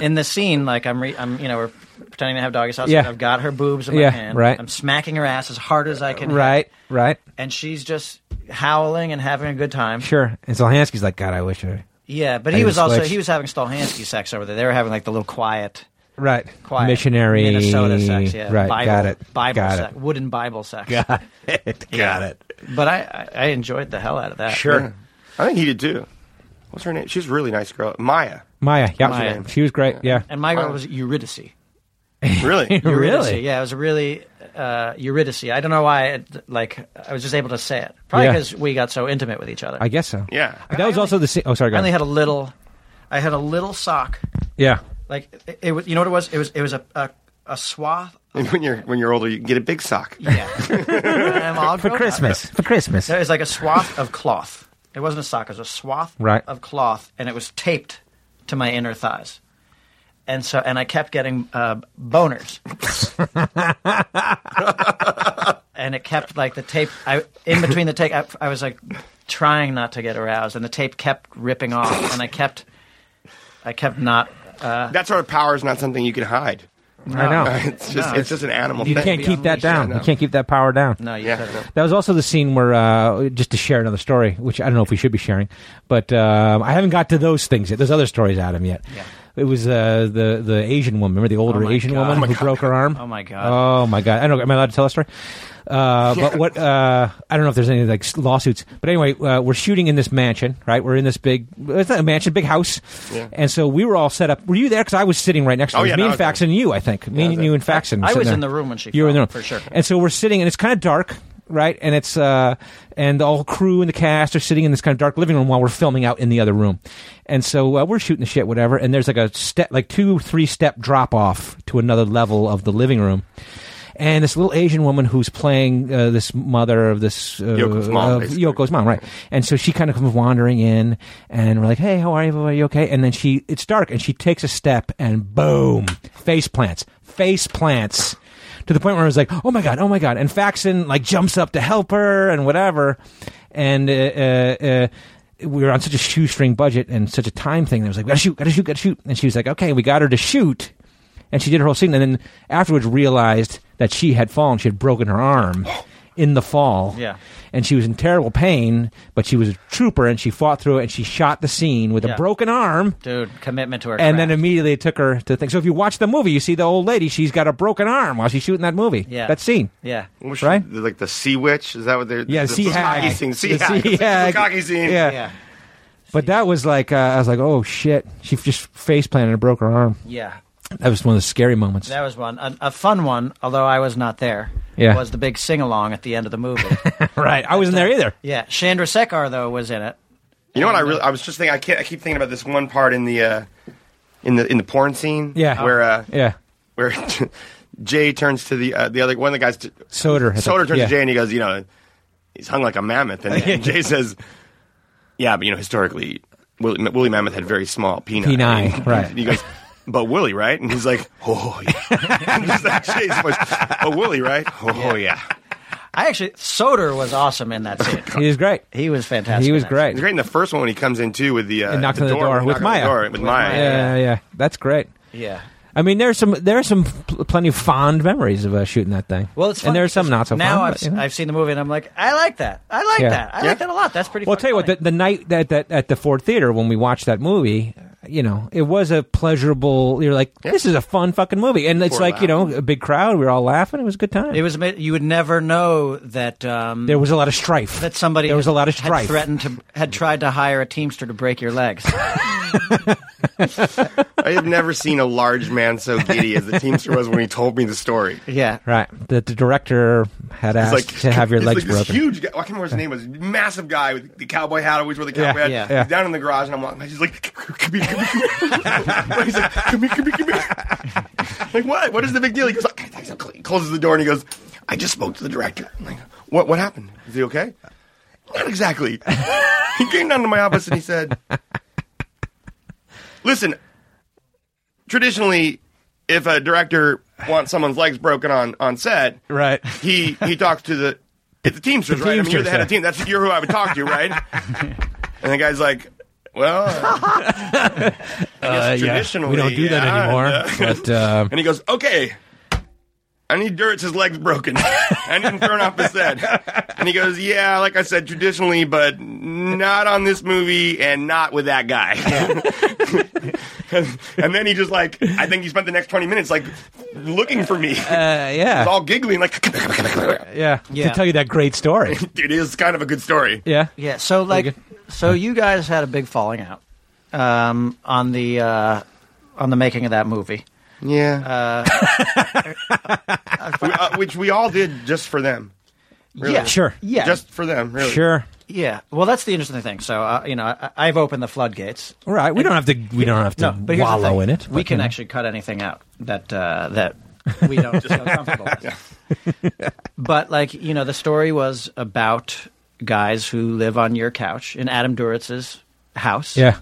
in the scene like I'm re- I'm you know we're pretending to have doggy style so
Yeah.
I've got her boobs in
Yeah,
my hand
right. Uh,
I'm smacking her ass as hard as I can hit.
Right. Right.
and she's just howling and having a good time
Sure. And Zelhansky's like, God, I wish I.
Yeah, but
I
he was
didn't
also
switch.
he was having Stolhansky sex over there. They were having like the little quiet,
Right.
quiet
Missionary.
Minnesota sex. Yeah,
Right.
Bible,
got it.
Bible
got
sex,
it.
wooden Bible sex.
Got it. Got it.
But I, I I enjoyed the hell out of that.
Yeah. I think he did too. What's her name? She's a really nice girl. Maya.
Maya. Yeah.
Maya.
She was great. Yeah.
And my girl
Wow.
was Eurydice.
Really?
Oh,
Eurydice, Yeah, it was a really uh, Eurydice. I don't know why. It, like I was just able to say it. Probably
Yeah.
because we got so intimate with each other.
I guess so.
yeah.
That was also the. se- Oh, sorry,
I only
guys.
had a little. I had a little sock.
Yeah.
Like it, it was. You know what it was? It was. It was a a, a swath.
And when you're when you're older, you can get a big sock.
Yeah. I'm all
For
grown up.
Christmas. For Christmas.
There was like a swath of cloth. It wasn't a sock. It was a swath
Right.
of cloth, and it was taped to my inner thighs. And so, and I kept getting uh, boners, and it kept like the tape. I in between the tape, I, I was like trying not to get aroused, and the tape kept ripping off, and I kept, I kept not. Uh,
That sort of power is not something you can hide.
I know.
It's just
No.
it's just an animal.
Oh. You
thing.
can't keep that
unleashed. Yeah,
down.
no.
You can't keep that power down.
no, you
Yeah.
couldn't.
That was also the scene where, uh, just to share another story, which I don't know if we should be sharing, but um, I haven't got to those things yet. There's other stories out of him yet.
Yeah.
It was uh, the the Asian woman. Remember the older
my
Asian
God.
woman
Oh my
who broke her arm?
Oh my God.
Oh my god! I don't. Am I allowed to tell that story? Uh, But what? Uh, I don't know if there's any like s- lawsuits. But anyway, uh, we're shooting in this mansion, right? We're in this big. It's not a mansion, big house. And so we were all set up. Were you there? Because I was sitting right next to
Oh,
you. It was
yeah,
me
no,
and
I was
Faxon, and you, I think. Me
I was
and
there.
you and Faxon.
I
sitting
was in
there.
the room when she
You were in the room
fell, for sure.
And so we're sitting, and it's kind of dark, right? And it's uh, and the whole crew and the cast are sitting in this kind of dark living room while we're filming out in the other room. And so uh, we're shooting the shit, whatever. And there's like a step, like two, three step drop off to another level of the living room. And this little Asian woman who's playing uh, this mother of this uh,
Yoko's mom,
of
basically.
Yoko's mom, right? And so she kind of comes wandering in, and we're like, "Hey, how are you? Are you okay?" And then she, it's dark, and she takes a step, and boom, face plants, face plants, to the point where I was like, "Oh my god, oh my god!" And Faxon like jumps up to help her and whatever, and uh, uh, uh, we were on such a shoestring budget and such a time thing. That I was like, "Gotta shoot, gotta shoot, gotta shoot," and she was like, "Okay, we got her to shoot." and she did her whole scene, and then afterwards realized that she had fallen. She had broken her arm in the fall.
Yeah.
And she was in terrible pain, but she was a trooper and she fought through it and she shot the scene with a
Yeah.
broken arm.
dude, commitment to her.
And then
craft.
immediately it took her to think. So if you watch the movie, you see the old lady. She's got a broken arm while she's shooting that movie.
Yeah.
That scene.
yeah,
What was
Right?
she- like the sea witch? Is that what they're?
Yeah,
the
sea hag.
Bukkake Scene. Sea
The
hag.
sea
It's like
hag.
the Bukkake scene.
Yeah.
yeah,
But that was like, uh, I was like, oh shit. She just face planted and broke her arm.
yeah.
That was one of the scary moments.
That was one. A, a fun one, although I was not there.
Yeah.
Was the big sing along at the end of the movie.
right. I wasn't there either.
yeah. Chandra Sekar, though, was in it.
You know what? I really I was just thinking. I can't. I keep thinking about this one part in the uh, in the in the porn scene.
Yeah.
Where uh,
Yeah.
where Jay turns to the uh, the other one of the guys. T-
Soder. I think.
Soder turns
Yeah.
to Jay and he goes, you know, he's hung like a mammoth. And, and Jay says, yeah, but you know, historically, Willie, Willie Mammoth had very small penile.
Penile,
And
right.
He goes, but Willie, right? And he's like, oh, yeah. And just that Jay's voice, but Willie, right? Oh, yeah.
I actually Soder was awesome in that scene.
He was great.
He was fantastic.
He was
in that scene.
great.
It's great in the first one when he comes in too with the uh,
And knocks on the door
he
with
knocks on the
Maya.
door with, Maya.
Yeah, yeah, yeah. That's great.
Yeah.
I mean, there's some there are some pl- plenty of fond memories of uh, shooting that thing.
Well, it's
and
funny
there's some
because
not so
Now
fond.
I've,
but, you know.
I've seen the movie and I'm like, I like that. I like
Yeah.
that. I like that a lot. That's pretty.
Well, I'll
fucking
tell you what, the,
funny.
the night that, that at the Ford Theater when we watched that movie, you know, it was a pleasurable. You're like, this is a fun fucking movie, and it's
People were
like you know a big crowd. We were all laughing. It was a good time.
it was ama- you would never know that um,
there was a lot of strife.
that somebody
There was a lot of
had
strife.
threatened to had tried to hire a teamster to break your legs.
I have never seen a large man so giddy as the teamster was when he told me the story.
yeah.
Right. That the director had asked to have your
he's
legs
like
broken.
This huge guy. I can't remember his name. Was massive guy with the cowboy hat. Always wore the cowboy hat.
yeah,
He's
yeah.
down in the garage, and I'm walking. by, He's like, come here, come here, come here. he's like, come here, come here, come here. like what? What is the big deal? He goes, "Okay, thanks." he closes the door, and he goes, I just spoke to the director. I'm like, what? What happened? Is he okay? Not exactly. he came down to my office and he said, listen. Traditionally, if a director wants someone's legs broken on on set,
Right.
he he talks to the it's the Teamsters,
The
right? I mean, you're the head of
Teamsters,
team. That's you're who I would talk to, right? and the guy's like, well, uh, I guess traditionally
we don't do that
yeah,
anymore.
uh,
but uh,
and he goes, okay. I need Duritz, his leg's broken. I need him thrown off his head. And he goes, yeah, like I said, traditionally, but not on this movie and not with that guy. and then he just like, I think he spent the next 20 minutes like looking for me.
uh, yeah,
all giggling, like
yeah,
Yeah.
to tell you that great story.
it is kind of a good story.
Yeah,
Yeah. So like, so you guys had a big falling out um, on the uh, on the making of that movie.
Yeah. We- uh, which we all did just for them. Really.
Yeah.
Sure.
Yeah.
Just for them, really.
sure.
Yeah. Well, that's the interesting thing. So uh, you know, I, I've opened the floodgates.
All right. We don't have to. We don't have
No,
to
but here's the
wallow
thing.
in it.
We
but,
can
you know.
actually cut anything out that uh, that we don't feel comfortable with. But like you know, the story was about guys who live on your couch in Adam Duritz's house.
Yeah.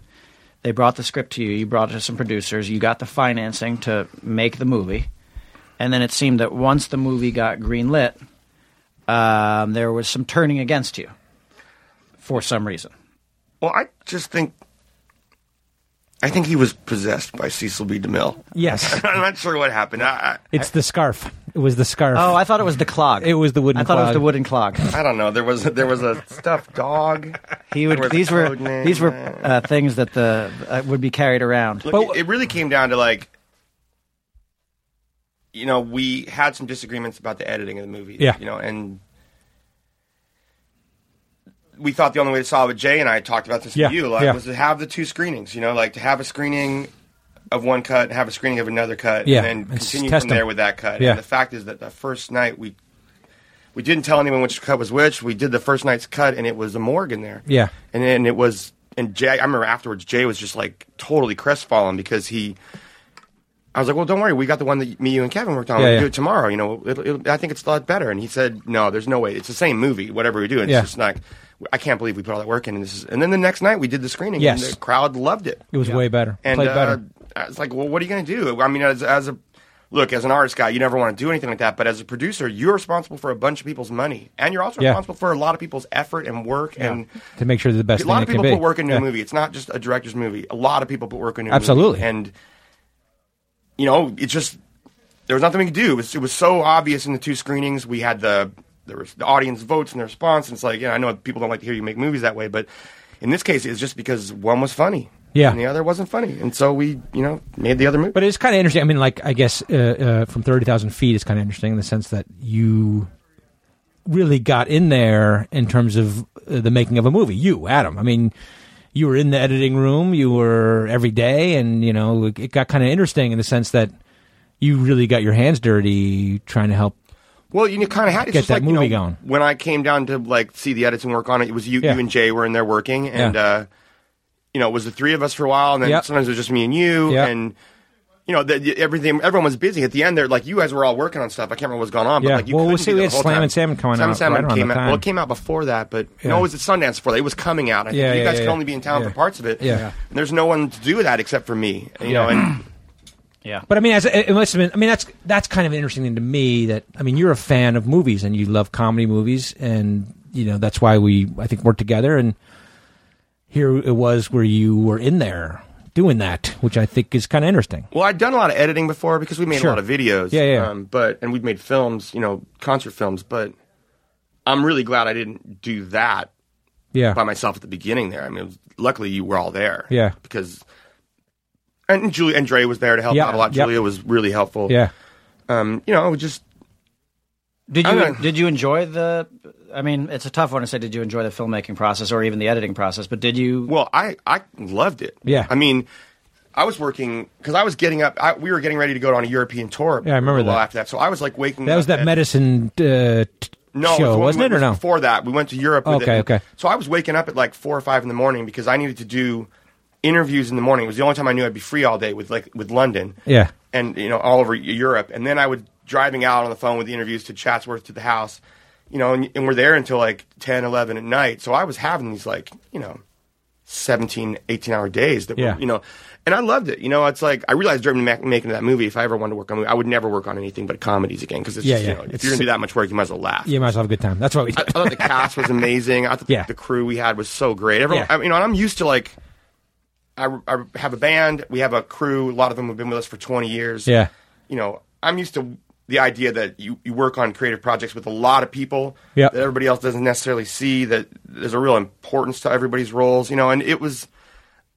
They brought the script to you. You brought it to some producers. You got the financing to make the movie, and then it seemed that once the movie got greenlit, um, there was some turning against you for some reason.
Well, I just think. I think he was possessed by Cecil B. DeMille.
Yes.
I'm not sure what happened. I,
It's the scarf. It was the scarf.
Oh, I thought it was the clog.
It was the wooden
I thought it was
clog.
the wooden clog.
I, I don't know. There was there was a stuffed dog.
He
There
would.
was a
These were
code name.
these were uh, things that the uh, would be carried around.
Look, it it really came down to like, you know, we had some disagreements about the editing of the movie.
Yeah.
You know, and we thought the only way to solve it, Jay and I talked about this
Yeah,
with you, like,
yeah.
was to have the two screenings, you know, like to have a screening of one cut and have a screening of another cut
Yeah,
and then
and s-
continue
test
from
'em.
there with that cut.
Yeah.
And the fact is that the first night we we didn't tell anyone which cut was which. We did the first night's cut, and it was a morgue in there.
Yeah.
and then it was, and Jay. I remember afterwards, Jay was just like totally crestfallen because he. I was like, well, don't worry, we got the one that me, you, and Kevin worked on.
Yeah,
we'll
yeah.
do it tomorrow. You know, it'll, it'll, I think it's a lot better. And he said, no, there's no way. It's the same movie, whatever we do. And
Yeah.
it's just like, I can't believe we put all that work in. And, this is, and then the next night we did the screening,
Yes.
and the crowd loved it.
it was way better.
And
Played
uh,
better.
I was like, well, what are you going to do? I mean, as, as a look, as an artist guy, you never want to do anything like that. But as a producer, you're responsible for a bunch of people's money, and you're also
Yeah.
responsible for a lot of people's effort and work. And
To make sure they're the best
a lot
thing
of
it can
people
be.
put work into
Yeah.
a movie. It's not just a director's movie. A lot of people put work into a
Absolutely.
movie. and you know, it just there was nothing we could do. It was, it was so obvious in the two screenings. We had the there was the audience votes and the response. And it's like, yeah, I know people don't like to hear you make movies that way, but in this case, it's just because one was funny,
Yeah.
and the other wasn't funny, and so we, you know, made the other movie.
But it's kind of interesting. I mean, like I guess uh, uh, from thirty thousand feet is kind of interesting in the sense that you really got in there in terms of uh, the making of a movie. You, Adam. I mean, you were in the editing room. You were every day, and you know it got kind of interesting in the sense that you really got your hands dirty trying to help.
Well, you kind of had it's
Get
just
that
like,
movie
you know,
going.
When I came down to like see the edits and work on it, it was you,
Yeah.
you and Jay were in there working, and
Yeah.
uh, you know it was the three of us for a while, and then
Yep.
sometimes it was just me and you,
Yep.
and you know the, the- everything. Everyone was busy at the end. There, like you guys were all working on stuff. I can't remember what was going on, but
Yeah.
like you
Well,
couldn't
we'll see,
be
we
there
had
the whole
Slam
time.
and Salmon coming
Slam
out
and Salmon
right around
came
the
out.
time.
Well, it came out before that, but
Yeah.
no, it was at Sundance before that. It was coming out. I think
Yeah,
you
yeah,
guys could
yeah.
only be in town
Yeah.
for parts of it.
Yeah.
And there's no one to do that except for me. You
Yeah.
know, and
Yeah.
But I mean, as it it must have been. I mean, that's that's kind of an interesting thing to me. That I mean, you're a fan of movies and you love comedy movies, and you know that's why we I think worked together. And here it was where you were in there doing that, which I think is kind of interesting.
Well, I'd done a lot of editing before because we made
Sure.
a lot of videos.
Yeah, yeah.
Um, but and we'd made films, you know, concert films. But I'm really glad I didn't do that
Yeah.
by myself at the beginning. There, I mean, it was- luckily you were all there.
Yeah.
because and Julia and Dre was there to help
Yep,
out a lot.
yep.
Julia was really helpful.
Yeah.
um, you know, it was just
Did
I
you
don't-
did you enjoy the? I mean, it's a tough one to say. Did you enjoy the filmmaking process or even the editing process? But did you?
Well, I I loved it.
Yeah.
I mean, I was working because I was getting up. I, we were getting ready to go on a European tour.
Yeah, I remember
a little
that.
After that, so I was like waking.
That was
up
that
at-
medicine uh, t-
No, it was
show,
when we
wasn't
went-
it, or
was
no?
Before that, we went to Europe. With
Okay,
it.
okay.
So I was waking up at like four or five in the morning because I needed to do interviews in the morning. It was the only time I knew I'd be free all day with like with London.
Yeah.
and you know all over Europe, and then I would driving out on the phone with the interviews to Chatsworth to the house. You know, and, and we're there until like 10, 11 at night. So I was having these like you know 17, 18 hour days that
Yeah.
were, you know, and I loved it. You know, it's like I realized during ma- making that movie, if I ever wanted to work on a movie, I would never work on anything but comedies again because it's
Yeah,
just,
yeah.
you know, if
It's-
you're gonna do that much work, you might as well laugh.
You might as well have a good time. That's what we
I, I
did.
thought the cast was amazing. I thought
Yeah.
the, the crew we had was so great. Everyone,
Yeah.
I, you know, and I'm used to like, I, I have a band. We have a crew. A lot of them have been with us for 20 years.
Yeah.
You know, I'm used to the idea that you, you work on creative projects with a lot of people
Yep.
that everybody else doesn't necessarily see. That there's a real importance to everybody's roles. You know, and it was,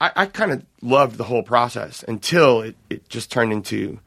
I, I kind of loved the whole process until it, it just turned into.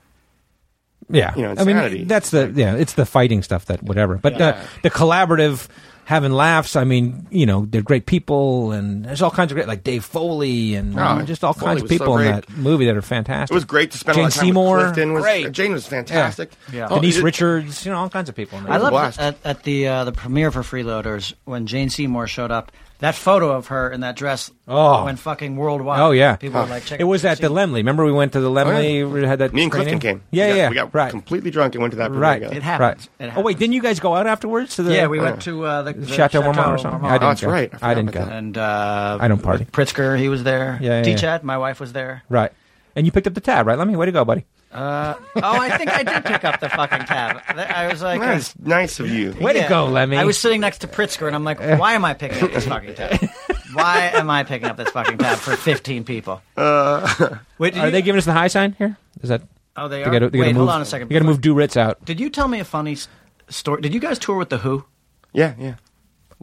Yeah,
you know,
I
insanity.
mean, that's the yeah, it's the fighting stuff that whatever. But uh, the collaborative having laughs. I mean, you know, they're great people, and there's all kinds of great like Dave Foley and
Oh,
uh, just all
Foley
kinds of
was so
people in
great.
that movie that are fantastic.
It was great to spend
Jane
a lot of time
Seymour,
with Clifton. Was,
great.
Jane was fantastic.
Yeah.
Oh,
Denise
it-
Richards, you know, all kinds of people. In there.
I love
blast.
at, at the uh, the premiere for Freeloaders when Jane Seymour showed up. That photo of her in that dress
Oh.
went fucking worldwide.
Oh yeah,
people were like, E. check
it was at the Lemley. Remember, we went to the Lemley. We had that.
Oh, Me and
screening?
Clifton came.
Yeah,
we got,
yeah,
We got
right,
completely drunk and went to that. premiere
right.
together.
It happens.
Right.
It
Oh wait,
happens.
didn't you guys go out afterwards to the?
Yeah, we went to uh, the, the
Chateau, Marmont or something. I
Marmont.
didn't
Oh. that's
go.
right. I
I,
forgot
didn't
about
go.
that.
And uh,
I don't party.
Pritzker, he was there.
Yeah, yeah, yeah.
D-Chat, my wife was there.
Right, and you picked up the tab, right? Let me. Way to go, buddy.
Uh, oh, I think I did pick up the fucking tab. I was like,
That's nice of you.
Way to go, Lemmy.
I was sitting next to Pritzker, and I'm like, why am I picking up this fucking tab? Why am I picking up this fucking tab for 15 people? Wait, did
Are
you-
they giving us the high sign here? Is that?
Oh, they
They
are.
gotta, they
Wait,
gotta move,
hold on a second.
You got to move Duritz out.
Did you tell me a funny s- story? Did you guys tour with the Who?
Yeah, yeah.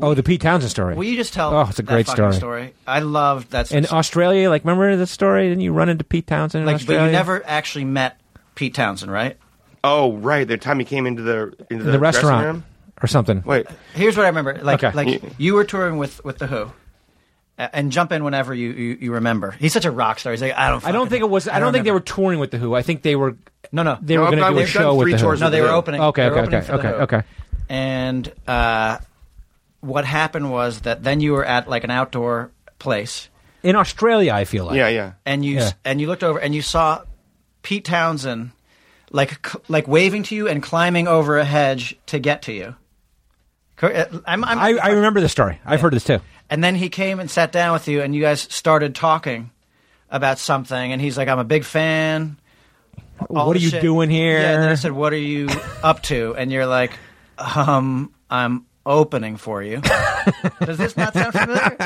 Oh, the Pete Townsend story.
Will you just tell?
Oh, it's a
that
great
fucking
story.
I loved that.
In Australia, like remember the story? Didn't you run into Pete Townsend in
like, but
Australia?
you never actually met Pete Townsend, right?
Oh, right. The time he came into the into
in
the,
the
dressing
restaurant
Room.
or something.
Wait,
Here's what I remember. Like,
Okay.
like you were touring with with the Who. A- And jump in whenever you, you, you remember. He's such a rock star. He's like, I don't.
I don't
fucking
think
know.
it was. I, don't, think they
remember.
were touring with the Who. I think they were.
No, no.
They
No,
were
I'm
going to
not-
do a
they've done
show with
three
the Who.
tours
No, they were
Yeah.
opening.
Okay,
they were
okay,
opening
okay,
for the
okay,
Who.
okay.
And uh, what happened was that then you were at like an outdoor place,
In Australia, I feel like.
yeah, yeah.
and you
Yeah.
and you looked over and you saw Pete Townsend like c- like waving to you and climbing over a hedge to get to you. Cor- uh, I'm, I'm,
I, I remember the story. I've heard this too.
and then he came and sat down with you, and you guys started talking about something. And he's like, "I'm a big fan." all
what are
the
you
shit.
doing here?
Yeah, and then I said, "What are you up to?" And you're like, "Um, I'm opening for you." Does this not sound familiar?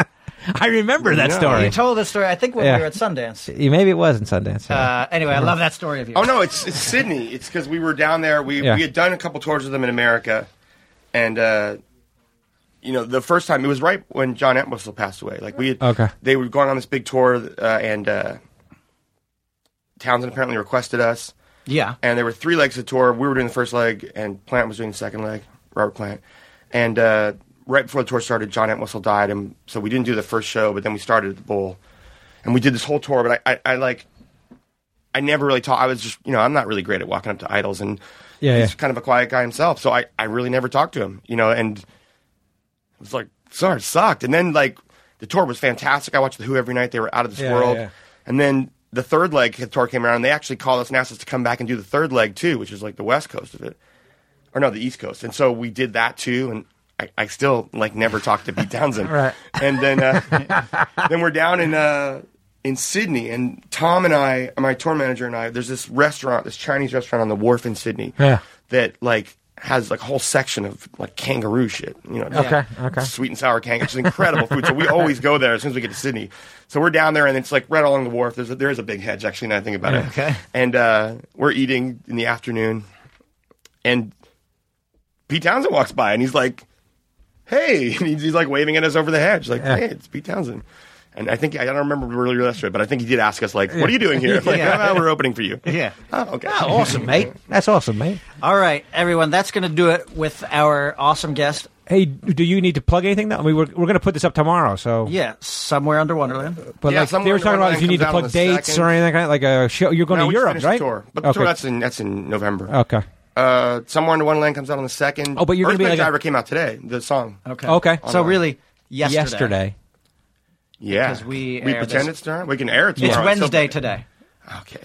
I remember that
No.
story.
You told this story, I think, when
Yeah.
we were at Sundance.
Maybe it wasn't Sundance. yeah.
Uh, anyway, I love that story of you.
Oh no, it's it's Sydney. It's because we were down there. We
Yeah.
we had done a couple tours with them in America, and uh, you know the first time it was right when John Entwistle passed away. Like we had,
Okay.
they were going on this big tour, uh, and uh, Townsend apparently requested us.
Yeah.
and there were three legs of tour. We were doing the first leg, and Plant was doing the second leg, Robert Plant. And uh, right before the tour started, John Entwistle died, and so we didn't do the first show, but then we started at the Bowl, and we did this whole tour. But I, I, I like, I never really talked. I was just, you know, I'm not really great at walking up to idols, and
Yeah,
he's
yeah.
kind of a quiet guy himself, so I, I really never talked to him, you know, and it was like, sorry, it sucked. And then like the tour was fantastic. I watched the Who every night. They were out of this
Yeah,
world.
yeah.
And then the third leg hit- tour came around, and they actually called us and asked us to come back and do the third leg too, which is like the west coast of it, or no, the east coast. And so we did that too, and I, I still like never talked to Pete Townsend.
Right.
And then uh, then we're down in uh, in Sydney, and Tom and I, my tour manager and I, there's this restaurant, this Chinese restaurant on the wharf in Sydney,
Yeah.
that like has like a whole section of like kangaroo shit, you know,
Okay, okay.
sweet and sour kangaroo, it's incredible food. So we always go there as soon as we get to Sydney. So we're down there, and it's like right along the wharf. There's a, there is a big hedge actually. Now I think about it,
Okay.
and uh, we're eating in the afternoon, and Pete Townsend walks by, and he's like hey, and he's, he's like waving at us over the hedge, like, hey, it's Pete Townsland. And I think I don't remember really the rest of it, but I think he did ask us like, "What are you doing here?" I'm like,
Yeah.
"Oh, we're opening for you."
Yeah.
Oh, okay.
Oh, awesome, mate.
That's awesome, mate.
All right, everyone, that's going to do it with our awesome guest.
Hey, do you need to plug anything? Though? I mean, we're, we're going to put this up tomorrow, so
Yeah, somewhere under Wonderland.
But
Yeah,
like
Somewhere
they were
Under
talking about,
Wonderland
if you need
comes
to
out on
plug
the
dates
second.
or anything like, like a show, you're going
No,
to
we just
Europe,
finished
right?
The tour, but the
okay.
tour that's in that's in November.
okay.
Uh, Somewhere into Wonderland comes out on the second.
Oh, but you're gonna
Earth
be
Wind
like a-
Driver came out today. The song.
Okay.
Okay.
So really, yesterday.
Yesterday.
Yeah,
Because we
we
air
pretend
this-
it's tomorrow. We can air it
It's
tomorrow. still-
Wednesday today.
Okay.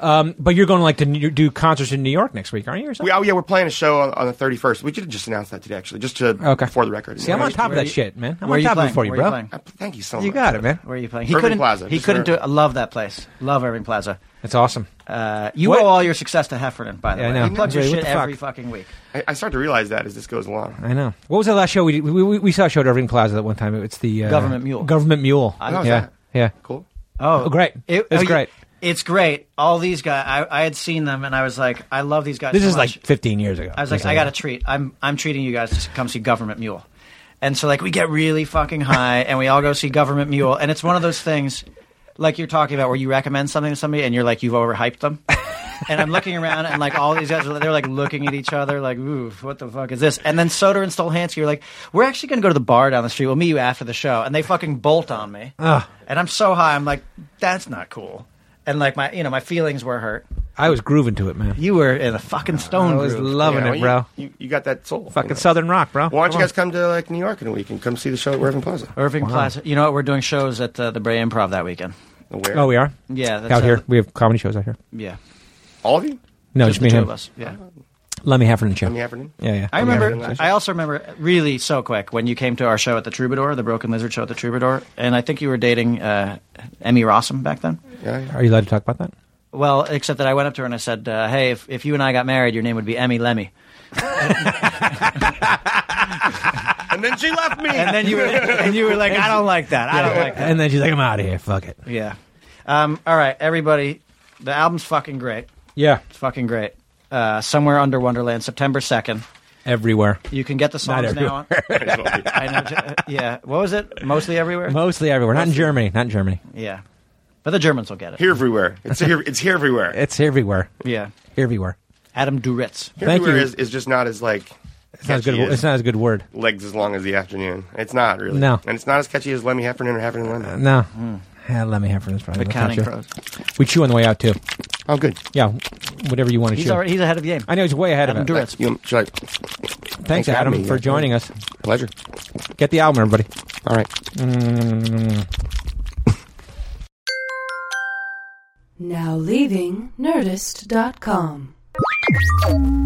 But you're going like to New- do concerts in New York next week, aren't you? Or something?
We, oh yeah, we're playing a show on, on the thirty first. We should have just announced that today, actually, just to
Okay.
for the record.
See, I'm on top of
Where
that
you-
shit, man. I'm
where
on
you
top of it
playing?
for you,
Where
bro.
playing?
Uh, Thank you so much.
You got it, man.
Where are you playing? He
Irving
couldn't.
Plaza.
He
Just
couldn't do
there.
it. I love that place. Love Irving Plaza.
That's awesome.
Uh, you
What-
owe all your success to Heffernan, by the
Yeah, I
way.
know.
He plugs your
Really, what
shit
the fuck?
every fucking week.
I, I start to realize that as this goes along.
I know. What was the last show we did? We, we, we saw a show at Irving Plaza that one time. It's the uh,
Government Mule.
Government Mule.
How was
yeah,
that?
yeah.
Cool.
Oh,
great. It's
oh, yeah.
great.
It's great. All these guys, I, I had seen them, and I was like, I love these guys.
This
so
is like
much.
15 years ago.
I was like, I got a treat. I'm I'm treating you guys to come see Government Mule, and so like we get really fucking high, and we all go see Government Mule, and it's one of those things, like you're talking about, where you recommend something to somebody, and you're like you've overhyped them. and I'm looking around, and like all these guys, are, they're like looking at each other, like, "Ooh, what the fuck is this?" And then Soder and Stolhansky are like, "We're actually gonna go to the bar down the street. We'll meet you after the show." And they fucking bolt on me, and I'm so high, I'm like, "That's not cool." And like my, you know, my feelings were hurt.
I was grooving to it, man.
You were in a fucking stone.
I was
groove.
loving
Yeah,
it,
well,
bro.
You, you, you got that soul. you
Fucking
know.
Southern rock, bro.
Why don't you
Come
guys come to like New York in a week and come see the show at Irving Plaza?
Irving Plaza. You know what? We're doing shows at uh, the, the Bray Improv that weekend.
Where?
on. Oh, we are.
Yeah, that's
out
how-
here. We have comedy shows out here.
Yeah,
all of you.
No, just,
the
me
two
and
of
him.
us. Yeah,
Lemmy Heffernan show.
In the afternoon.
Yeah, yeah.
I
Lemmy
remember.
Heffernan.
I also remember really so quick when you came to our show at the Troubadour, the Broken Lizard show at the Troubadour, and I think you were dating uh, Emmy Rossum back then.
Yeah, yeah.
Are you allowed to talk about that?
Well, except that I went up to her and I said, uh, "Hey, if, if you and I got married, your name would be Emmy Lemmy."
And then she left me.
And then you were, and you were like, "I don't like that. I don't like that."
And then she's like, "I'm out of here. Fuck it."
Yeah. Um, all right, everybody. The album's fucking great.
Yeah,
It's fucking great. Uh, Somewhere under Wonderland, September second.
everywhere.
You can get the songs now. On. I know. uh, Yeah. What was it? Mostly everywhere.
Mostly everywhere. Not in Germany. Not in Germany.
yeah. But the Germans will get it.
here everywhere. It's here. It's here everywhere.
It's everywhere.
Yeah.
Everywhere.
Adam Duritz.
here
thank
everywhere
you.
Is, is just not as like.
It's not as good.
catchy
It's not as good word.
legs as long as the afternoon. It's not really.
No. Uh,
And it's not as catchy as Lemmy Heffernan or Heffernan Lemmy.
No. Yeah, Lemmy Heffernan's probably
Hmm. The
the
Counting
top show.
Crows.
We chew on the way out too.
Oh, good.
Yeah, whatever you want to
He's
chew.
already, he's ahead of the game.
I know he's way ahead
Adam
of it.
Duritz.
You, should
Thanks,
Thanks for
Adam,
having me.
for
Yeah.
joining us.
I, pleasure.
Get the album, everybody.
All right.
Now leaving Nerdist.com.